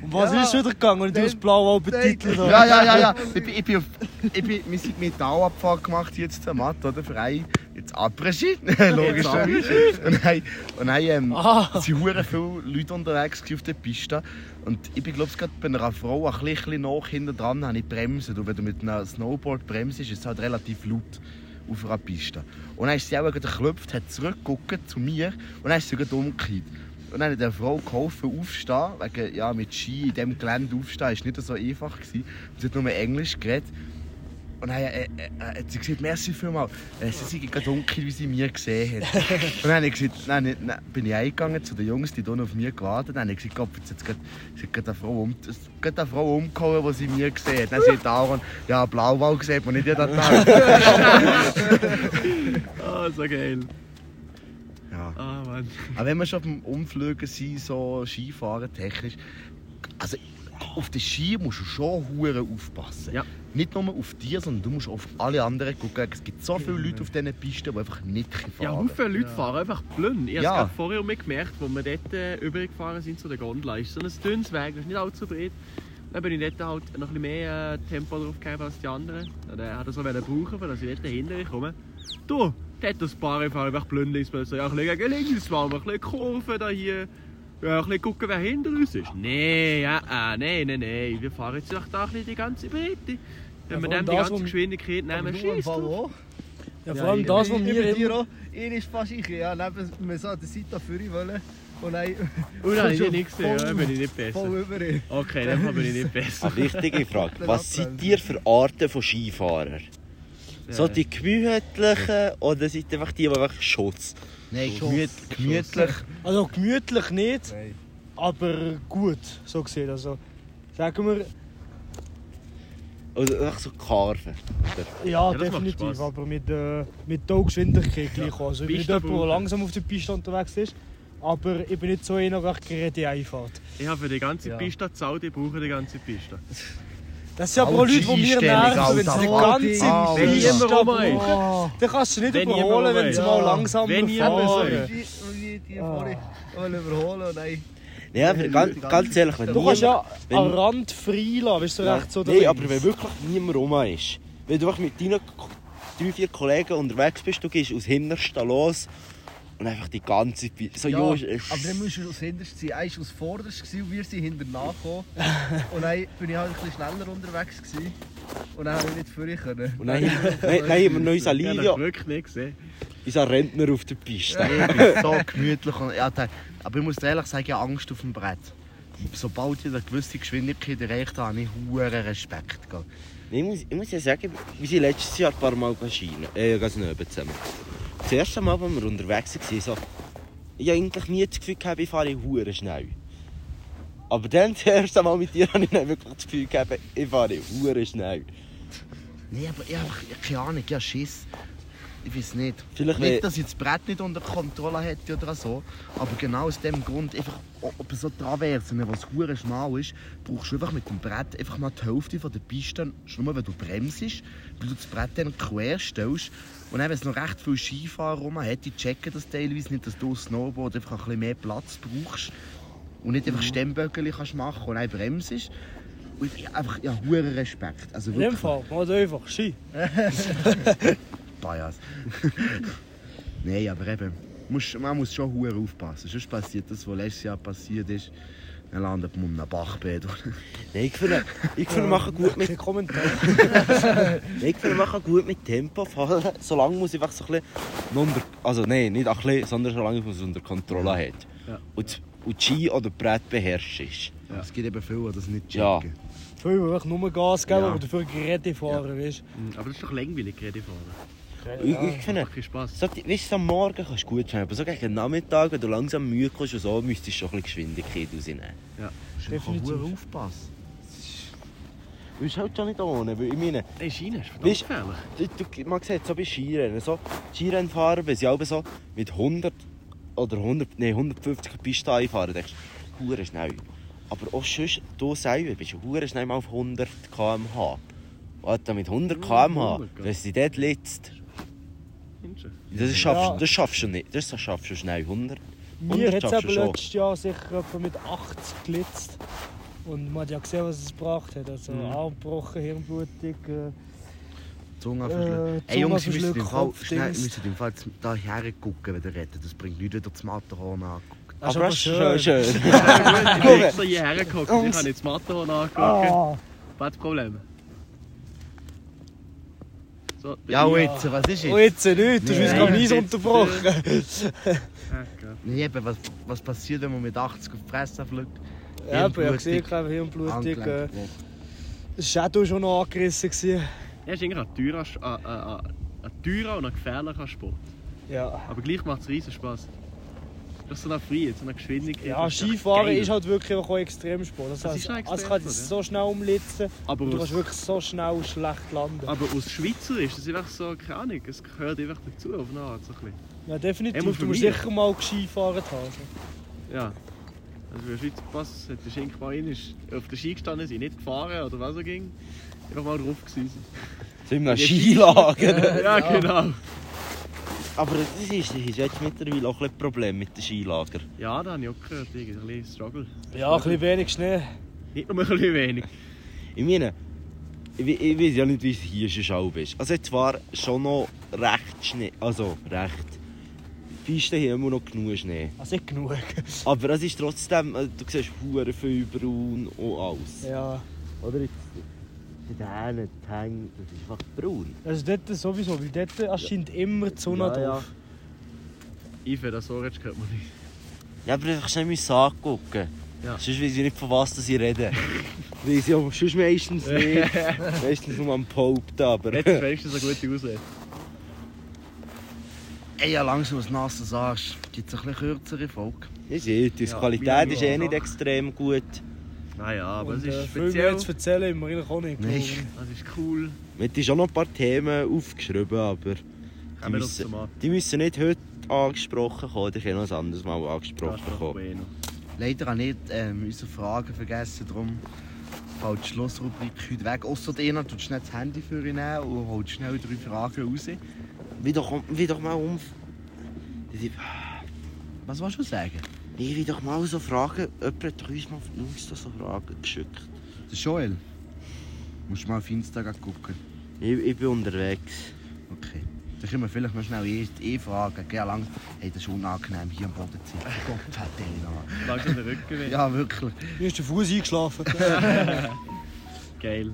[SPEAKER 6] Und was ist wieder gegangen? Und du hast blau auch betitelt. oder?
[SPEAKER 4] Ja, ja, ja, ja. Ich bin, ich bin, auf, ich bin, wir sind mit Dauerabfahrt gemacht jetzt zur Matt, oder? Für einen, jetzt Abregie, logischerweise. Und dann, und dann ähm,
[SPEAKER 6] Ah.
[SPEAKER 4] sind hure viele Leute unterwegs gewesen auf der Piste. Und ich bin, glaube ich, gerade bei einer Frau ein bisschen nach hinten dran, habe ich bremsen. Und wenn du mit einem Snowboard bremst, ist es halt relativ laut auf einer Piste. Und dann ist sie auch gerade geklopft, hat zurückgeguckt zu mir und dann ist sie gerade umgekehrt. Und dann hat der Frau geholfen aufstehen, wegen, ja, mit Ski in diesem Gelände aufstehen, ist nicht so einfach gewesen. Und Sie hat nur Englisch geredet. Und dann äh, äh, äh, hat sie gesagt, merci vielmals, äh, sie sind gerade dunkel, wie sie mich gesehen hat. Und dann habe ich gesagt, nein, nicht- nein, bin ich eingegangen zu den Jungs, die hier auf mich gewartet haben. Dann habe ich gesagt, Gott, jetzt hat gerade- sie hat gerade eine Frau, um, es hat gerade eine Frau umgehauen, die sie mir gesehen hat. Dann sagt Aaron, ja, Blauwall sieht man nicht jeden Tag.
[SPEAKER 7] Ah, so geil.
[SPEAKER 4] Ja.
[SPEAKER 7] Ah, Mann.
[SPEAKER 4] Aber wenn wir schon beim Umfliegen sind, so Skifahren technisch, also auf den Ski musst du schon hure aufpassen.
[SPEAKER 7] Ja.
[SPEAKER 4] Nicht nur auf dich, sondern du musst auf alle anderen gucken. Es gibt so viele Leute auf diesen Pisten, die einfach nicht
[SPEAKER 7] Ja,
[SPEAKER 4] fahren.
[SPEAKER 7] Haufen Leute fahren einfach blind. Ich habe
[SPEAKER 4] Ja.
[SPEAKER 7] gerade vorher mir gemerkt, als wir dort äh, übergefahren sind zu der Gondel. Es ist so ein dünnes Weg, das ist nicht allzu breit. Dann bin ich dort halt noch ein bisschen mehr äh, Tempo drauf gegeben als die anderen. Und er hat das auch wollen brauchen, weil ich dort dahinter komme. Du, dort das Paar einfach einfach blind links. müssen. Ja, ein bisschen gegen links fahren, ein bisschen Kurven da hier. Ja, ein bisschen gucken, wer hinter uns ist. Nee, ja, ah, nee, nee, nee. Wir fahren jetzt doch da ein bisschen die ganze Breite. Wenn wir
[SPEAKER 6] vor allem
[SPEAKER 7] dann die
[SPEAKER 6] das,
[SPEAKER 7] ganze
[SPEAKER 6] wo-
[SPEAKER 7] Geschwindigkeit nehmen, schießt drauf.
[SPEAKER 6] Ja, vor allem das, was
[SPEAKER 8] Ich
[SPEAKER 6] mir
[SPEAKER 8] bin
[SPEAKER 6] immer...
[SPEAKER 8] dir auch. Er ist fast ich. Ja, neben mir so an der Seite führen wollen. Und dann
[SPEAKER 7] Und dann habe Oh ich nicht gesehen, ja, bin ich nicht besser.
[SPEAKER 8] voll über ihn.
[SPEAKER 7] Okay, dann bin ich nicht besser.
[SPEAKER 5] Eine wichtige Frage. Was seid ihr für Arten von Skifahrern? So die gemütlichen oder seid ihr einfach die, die einfach Schutz?
[SPEAKER 4] Nein,
[SPEAKER 7] Oh,
[SPEAKER 4] gemüt, gemütlich.
[SPEAKER 6] Also gemütlich nicht, aber gut, so gesehen. Also, sagen wir,
[SPEAKER 5] Oder einfach so Karven?
[SPEAKER 6] ja,
[SPEAKER 7] macht Spass.
[SPEAKER 6] definitiv, aber mit, äh, mit der Geschwindigkeit gleich. auch. Also, ich bin nicht
[SPEAKER 7] Piste
[SPEAKER 6] jemand, der
[SPEAKER 7] brauchen.
[SPEAKER 6] langsam auf der Piste unterwegs ist, aber ich bin nicht so einer, der gerade einfahrt.
[SPEAKER 7] Ich habe für die ganze
[SPEAKER 6] Ja.
[SPEAKER 7] Piste gezahlt, ich brauche die ganze Piste.
[SPEAKER 6] Das sind aber auch Leute, die mir
[SPEAKER 4] Einstellung,
[SPEAKER 6] nerven, wenn
[SPEAKER 4] Alter.
[SPEAKER 6] sie die ganze
[SPEAKER 4] Ah,
[SPEAKER 6] Piste
[SPEAKER 7] wenn jemand
[SPEAKER 6] brauchen.
[SPEAKER 7] rumreicht.
[SPEAKER 6] Dann kannst du sie nicht
[SPEAKER 7] Wenn jemand
[SPEAKER 6] überholen, wenn sie mal
[SPEAKER 8] rumreicht.
[SPEAKER 6] langsam
[SPEAKER 7] Wenn jemand
[SPEAKER 6] fahren.
[SPEAKER 7] rumreicht.
[SPEAKER 8] Die, die, die vorne wollen überholen und dann...
[SPEAKER 5] Ja, aber ganz, ganz ehrlich, wenn
[SPEAKER 6] Du kannst ja
[SPEAKER 5] wenn-
[SPEAKER 6] am Rand frei lassen, bist du recht so
[SPEAKER 5] Nein, aber wenn wirklich niemand rum ist, wenn du einfach mit deinen K- drei, vier Kollegen unterwegs bist, du gehst aus Hintersten los und einfach die ganze Pi- so
[SPEAKER 8] Ja,
[SPEAKER 5] jo,
[SPEAKER 8] aber dann musst du aus hinterst sein. Er war aus vorderst gewesen und wir sind hinterher gekommen. Und dann bin ich halt ein bisschen schneller unterwegs. Gewesen. Und dann habe ich nicht vorher können.
[SPEAKER 5] und dann, haben- nein, nein, haben wir noch unseren
[SPEAKER 7] Ich habe
[SPEAKER 5] Livio,
[SPEAKER 7] das wirklich nicht gesehen.
[SPEAKER 5] unseren Rentner auf der Piste.
[SPEAKER 4] Ich bin so gemütlich. Und, ja, der- aber ich muss dir ehrlich sagen, ich habe Angst auf dem Brett. Sobald ich eine gewisse Geschwindigkeit erreicht habe, habe ich hure Respekt. gell.
[SPEAKER 5] Ich muss, ich muss ja sagen, wir sind letztes Jahr ein paar Mal Maschinen, äh, ganz neben zusammen. das erste Mal, als wir unterwegs waren, so, ich habe eigentlich nie das Gefühl gehabt, ich fahre hure schnell. Aber dann das erste Mal mit dir habe ich dann wirklich das Gefühl gehabt, ich fahre hure schnell.
[SPEAKER 4] Nein, aber ich habe keine Ahnung, ich habe Schiss. Ich weiß nicht.
[SPEAKER 5] Vielleicht wär-
[SPEAKER 4] nicht, dass ich das Brett nicht unter Kontrolle hätte oder so, aber genau aus dem Grund, einfach, ob so Traversen, was hure schmal ist, brauchst du einfach mit dem Brett einfach mal die Hälfte von der Piste, schon nur wenn du bremst, weil du das Brett dann quer stellst. Und dann, wenn es noch recht viel Skifahrer rum hat, die checken das teilweise nicht, dass du als Snowboard einfach ein bisschen mehr Platz brauchst und nicht einfach Stemmböckel kannst machen und dann bremst. Und ich, einfach, ich habe hure Respekt. Also
[SPEAKER 6] In dem
[SPEAKER 4] wirklich.
[SPEAKER 6] Fall, mal einfach Ski.
[SPEAKER 4] Bias. Nein, aber eben, muss, man muss schon hure aufpassen. Sonst passiert das, was letztes Jahr passiert ist. Dann landet man in einem Bachbett.
[SPEAKER 5] Nein, ich finde, ich finde, wir machen gut mit,
[SPEAKER 6] Kein Kommentar.
[SPEAKER 5] nein, ich finde, wir machen gut mit Tempo fahren. Solange muss ich einfach so ein bisschen unter, also nein, nicht ein bisschen, sondern solange man es unter Kontrolle hat. Und, und Ski oder Brett beherrscht ist.
[SPEAKER 4] Es gibt eben viele, die das nicht
[SPEAKER 5] Ja.
[SPEAKER 4] checken.
[SPEAKER 6] Viele, die wirklich nur Gas geben,
[SPEAKER 4] Ja.
[SPEAKER 6] aber dafür Geräte fahren, weißt
[SPEAKER 7] Aber das ist doch langweilig, Rede fahren.
[SPEAKER 5] Ich, ich finde,
[SPEAKER 7] Macht keinen Spass.
[SPEAKER 5] So, die- weißt du, am Morgen kannst du gut fahren, aber so gegen den Nachmittag, wenn du langsam müde kommst und so, müsstest du schon ein bisschen Geschwindigkeit rausnehmen.
[SPEAKER 4] Du musst einfach
[SPEAKER 6] Definitiv.
[SPEAKER 4] hure aufpassen.
[SPEAKER 5] Du bist halt schon nicht ohne, weil ich meine,
[SPEAKER 7] Nein, Schiene ist verdammt
[SPEAKER 5] Weißt-
[SPEAKER 7] gefährlich.
[SPEAKER 5] du, du, man sieht so bei Skirennen, so, Skirennfahrer, wenn sie alle so mit 100 oder 100, nee, 150 Pisten einfahren, denkst du, «Hure schnell. Aber auch sonst, du selber bist ja hure schnell mal auf 100 km/h. Alter, mit 100 km/h, wenn sie dort letzt, das schaffst,
[SPEAKER 6] Ja.
[SPEAKER 5] das schaffst du nicht, das schaffst du schnell, 100.
[SPEAKER 6] Mir hat es
[SPEAKER 5] schaffst
[SPEAKER 6] eben
[SPEAKER 5] du schon.
[SPEAKER 6] letztes Jahr sicher etwa mit 80 gelitzt. Und man hat ja gesehen, was es gebracht hat. Also Arm gebrochen, Hirnblutung. Äh,
[SPEAKER 4] Die Zunge
[SPEAKER 6] Äh,
[SPEAKER 4] verschlucken.
[SPEAKER 6] die
[SPEAKER 4] Ey Jungs, wir
[SPEAKER 6] Zunge
[SPEAKER 4] müssen im Fall
[SPEAKER 6] verschlucken,
[SPEAKER 4] schnell, wir
[SPEAKER 6] Kopfdings.
[SPEAKER 4] müssen im Fall jetzt da hergucken, wenn ihr redet. Das bringt nichts, wenn ihr das Matterhorn anguckt.
[SPEAKER 6] das ist
[SPEAKER 5] Aber das ist schön. schön.
[SPEAKER 7] Ich bin extra hierher geguckt. Ich habe jetzt Matterhorn angeguckt.
[SPEAKER 6] Ah,
[SPEAKER 7] Was ist Problem? So,
[SPEAKER 4] Ja,
[SPEAKER 7] bin
[SPEAKER 4] und
[SPEAKER 7] ich-
[SPEAKER 4] jetzt, was ist
[SPEAKER 6] und
[SPEAKER 4] jetzt?
[SPEAKER 6] jetzt nicht, du hast uns
[SPEAKER 4] Nein,
[SPEAKER 6] gerade
[SPEAKER 7] jetzt,
[SPEAKER 6] nichts
[SPEAKER 7] äh,
[SPEAKER 6] unterbrochen.
[SPEAKER 7] Ah, geil.
[SPEAKER 4] Nee, eben, was, was passiert, wenn man mit 80 auf die Fresse fliegt?
[SPEAKER 6] Ja, aber ich habe gesehen,
[SPEAKER 4] Hirnblutung,
[SPEAKER 6] Hirnblutung. Äh,
[SPEAKER 4] Handgelenk gebrochen.
[SPEAKER 6] das Shadow schon noch angerissen. Gewesen.
[SPEAKER 7] Ja, ist eigentlich ein teurer, Sch- ein- ein- ein- ein teurer und ein gefährlicher Sport.
[SPEAKER 6] Ja.
[SPEAKER 7] Aber gleich macht es riesen Spass. Das ist so eine Freiheit, so eine Geschwindigkeit.
[SPEAKER 6] Ja,
[SPEAKER 7] Das ist echt
[SPEAKER 6] Skifahren
[SPEAKER 7] geil.
[SPEAKER 6] ist halt wirklich auch ein Extremsport. Das,
[SPEAKER 7] Das
[SPEAKER 6] heißt,
[SPEAKER 7] ist ein
[SPEAKER 6] es kann dich
[SPEAKER 7] Extremsport,
[SPEAKER 6] so schnell umlitzen
[SPEAKER 7] aber
[SPEAKER 6] und du
[SPEAKER 7] aus,
[SPEAKER 6] kannst wirklich so schnell schlecht landen.
[SPEAKER 7] aber aus Schweizer ist das einfach so, keine Ahnung, es gehört einfach dazu auf eine Art. So ein bisschen.
[SPEAKER 6] Ja,
[SPEAKER 7] Einmal
[SPEAKER 6] definitiv.
[SPEAKER 7] für
[SPEAKER 6] Du musst
[SPEAKER 7] mich.
[SPEAKER 6] sicher mal Skifahren haben.
[SPEAKER 7] Ja. Also für den Schweizer Pass hat der Schenk mal einmal auf der Ski gestanden, sind nicht gefahren oder was er ging. Einfach mal drauf gewesen.
[SPEAKER 5] Sind wir Skilager?
[SPEAKER 7] Ja, genau.
[SPEAKER 5] Aber das ist, das ist jetzt mittlerweile auch ein bisschen ein Problem mit den Skilagern.
[SPEAKER 7] Ja, da habe ich auch gehört, irgendwie ein bisschen Struggle.
[SPEAKER 6] Ja, ein bisschen wenig Schnee.
[SPEAKER 7] Nicht nur ein bisschen wenig.
[SPEAKER 5] Ich meine, ich, we- ich weiß ja nicht, wie es hier schon schau ist. Also jetzt war schon noch recht Schnee, also recht. Die Pisten haben immer noch genug Schnee.
[SPEAKER 6] Also nicht genug.
[SPEAKER 5] Aber es ist trotzdem, äh, du siehst hure viel braun und alles.
[SPEAKER 6] Ja.
[SPEAKER 5] Oder jetzt, die Dänen, die Hänge, das ist einfach braun.
[SPEAKER 6] Also dort sowieso, weil dort erscheint immer die Sonne
[SPEAKER 5] Ja, ja.
[SPEAKER 6] drauf.
[SPEAKER 7] Ive, das Orange gehört man nicht.
[SPEAKER 5] Ja, aber einfach schnell müssen angucken.
[SPEAKER 7] Ja.
[SPEAKER 5] Sonst weiss ich nicht, von was sie reden. weiss ich aber sonst meistens nicht. meistens nur am Pope, aber...
[SPEAKER 7] Jetzt ist wenigstens eine gute Ausrede.
[SPEAKER 4] Ey, ja, langsam ein nasses Arsch. Gibt es ein bisschen kürzere Folge?
[SPEAKER 5] Ich sehe, die
[SPEAKER 7] Ja,
[SPEAKER 5] Qualität
[SPEAKER 7] Milan
[SPEAKER 5] ist eh
[SPEAKER 7] auch.
[SPEAKER 5] nicht extrem gut.
[SPEAKER 7] Naja, aber
[SPEAKER 6] Und,
[SPEAKER 7] es
[SPEAKER 6] äh,
[SPEAKER 7] ist
[SPEAKER 6] viel mehr
[SPEAKER 7] speziell.
[SPEAKER 6] zu erzählen haben wir eigentlich auch nicht.
[SPEAKER 4] Nein.
[SPEAKER 6] glaube
[SPEAKER 7] Es ist cool.
[SPEAKER 5] Wir haben schon noch ein paar Themen aufgeschrieben, aber
[SPEAKER 7] Haben wir doch
[SPEAKER 5] müssen-
[SPEAKER 7] zum Abend.
[SPEAKER 5] die müssen nicht heute angesprochen kommen, die können ein anderes Mal angesprochen kommen.
[SPEAKER 7] Bueno.
[SPEAKER 4] Leider habe ich ähm, unsere Fragen vergessen, darum fällt die Schlussrubrik heute weg. Außer einer tut schnell das Handy für ihn nehmen und holt schnell drei Fragen raus.
[SPEAKER 5] Wie doch, wie doch mal um... Die-
[SPEAKER 4] Was willst du sagen?
[SPEAKER 5] Nee, wie doch mal so Fragen... Jemand hat doch uns mal auf Insta so Fragen geschickt.
[SPEAKER 4] Der Joel. Musst du mal auf Instagram gucken.
[SPEAKER 5] Ich, ich bin unterwegs.
[SPEAKER 4] Okay. Dann können wir vielleicht mal schnell eh, eh fragen. Geh lang. Hey, das ist unangenehm, hier am Boden zu sitzen. Gott, hat den
[SPEAKER 7] Langsam den Rücken weh.
[SPEAKER 4] Ja, wirklich.
[SPEAKER 6] ich. Mir ist der Fuß eingeschlafen.
[SPEAKER 7] Geil.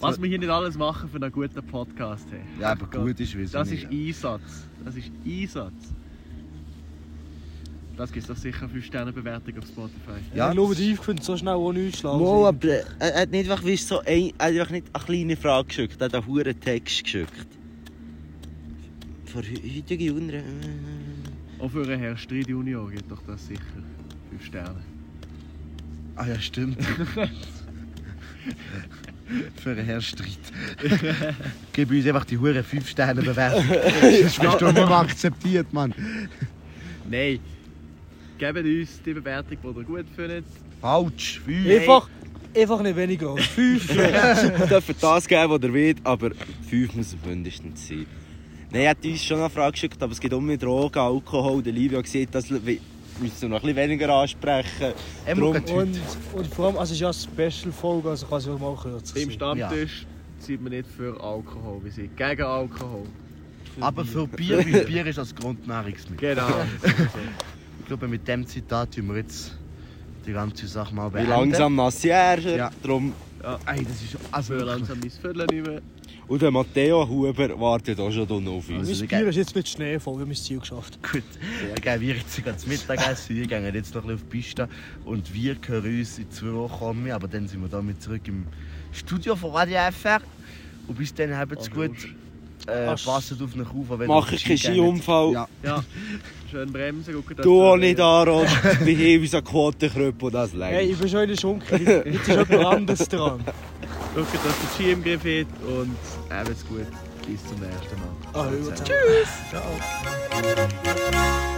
[SPEAKER 7] Was wir hier nicht alles machen für einen guten Podcast haben.
[SPEAKER 4] Ja, aber gut ist, wie es
[SPEAKER 7] Oh Das
[SPEAKER 4] nicht-
[SPEAKER 7] ist Einsatz. Das ist Einsatz. Das gibt doch sicher 5 Sterne Bewertung auf Spotify.
[SPEAKER 4] Ja,
[SPEAKER 6] ich glaube, die Eve könnte so schnell auch nicht schlafen.
[SPEAKER 7] Also,
[SPEAKER 5] Mo, aber äh, er hat nicht einfach, weisst, so ein, er hat einfach nicht eine kleine Frage geschickt, er hat einen hohen Text geschickt. für heutige Jungen.
[SPEAKER 7] Auch für einen Herr Streit Junior geht doch das sicher 5 Sterne.
[SPEAKER 4] Ah ja, stimmt. Für einen Herrstreit. Gib uns einfach die Hure 5 Sterne bewertung. Sonst wirst du immer akzeptiert, Mann.
[SPEAKER 7] Nein, gebt uns die Bewertung, die ihr gut findet.
[SPEAKER 4] Falsch, 5.
[SPEAKER 6] Einfach, einfach nicht weniger als fünf.
[SPEAKER 5] Ihr dürft das geben, was ihr wollt, aber fünf muss es mindestens sein. Nein, er hat uns schon eine Frage geschickt, aber es geht um Drogen, Alkohol. Der Livio sieht, das müssen wir noch ein bisschen weniger ansprechen.
[SPEAKER 4] Drum,
[SPEAKER 5] Drum-
[SPEAKER 6] Und, und vor allem, also es ist ja eine Special-Folge, also kann es auch mal kürzer
[SPEAKER 7] Im
[SPEAKER 6] sein.
[SPEAKER 7] Stammtisch sind wir nicht für Alkohol, wir sind gegen Alkohol.
[SPEAKER 4] aber für Bier, weil Bier ist das Grundnahrungsmittel.
[SPEAKER 7] Genau.
[SPEAKER 4] Ich glaube, mit dem Zitat tun wir jetzt die ganze Sache mal
[SPEAKER 5] Wie
[SPEAKER 4] beenden.
[SPEAKER 5] langsam Nassier. Ja.
[SPEAKER 4] Ja.
[SPEAKER 5] Drum.
[SPEAKER 4] Ey, das ist
[SPEAKER 7] Also
[SPEAKER 4] also
[SPEAKER 7] wir
[SPEAKER 4] langsam.
[SPEAKER 7] langsam mein Viertel nicht mehr.
[SPEAKER 5] Und der Matteo Huber wartet auch schon unten auf uns.
[SPEAKER 4] Also,
[SPEAKER 6] Mein Bier ist jetzt mit Schnee voll, wir haben mein Ziel geschafft.
[SPEAKER 4] Gut, dann gehen wir jetzt sogar zum Mittagessen. Wir gehen jetzt noch ein bisschen auf die Piste. Und wir hören uns in zwei Wochen, an, aber dann sind wir damit zurück im Studio von Radio FR. Und bis dann, habt's gut. Äh,
[SPEAKER 6] Ach,
[SPEAKER 4] passet auf euch auf, auch wenn ihr
[SPEAKER 5] Mach
[SPEAKER 4] auf
[SPEAKER 5] ich
[SPEAKER 4] die
[SPEAKER 5] keinen
[SPEAKER 4] Ski geht.
[SPEAKER 5] Skiunfall.
[SPEAKER 4] Ja.
[SPEAKER 7] Schön bremsen, gucken dass
[SPEAKER 5] Du
[SPEAKER 7] wir-
[SPEAKER 5] auch nicht anrotst. Wir haben unseren Quotenkrüppel, das
[SPEAKER 6] Hey,
[SPEAKER 5] länger.
[SPEAKER 6] ich bin schon in der Schunkel, jetzt ist jemand anderes dran.
[SPEAKER 7] Schaut, dass der Ski im Griff hat und habt's gut. Bis zum nächsten Mal.
[SPEAKER 6] Ah, hör mal.
[SPEAKER 7] Ciao.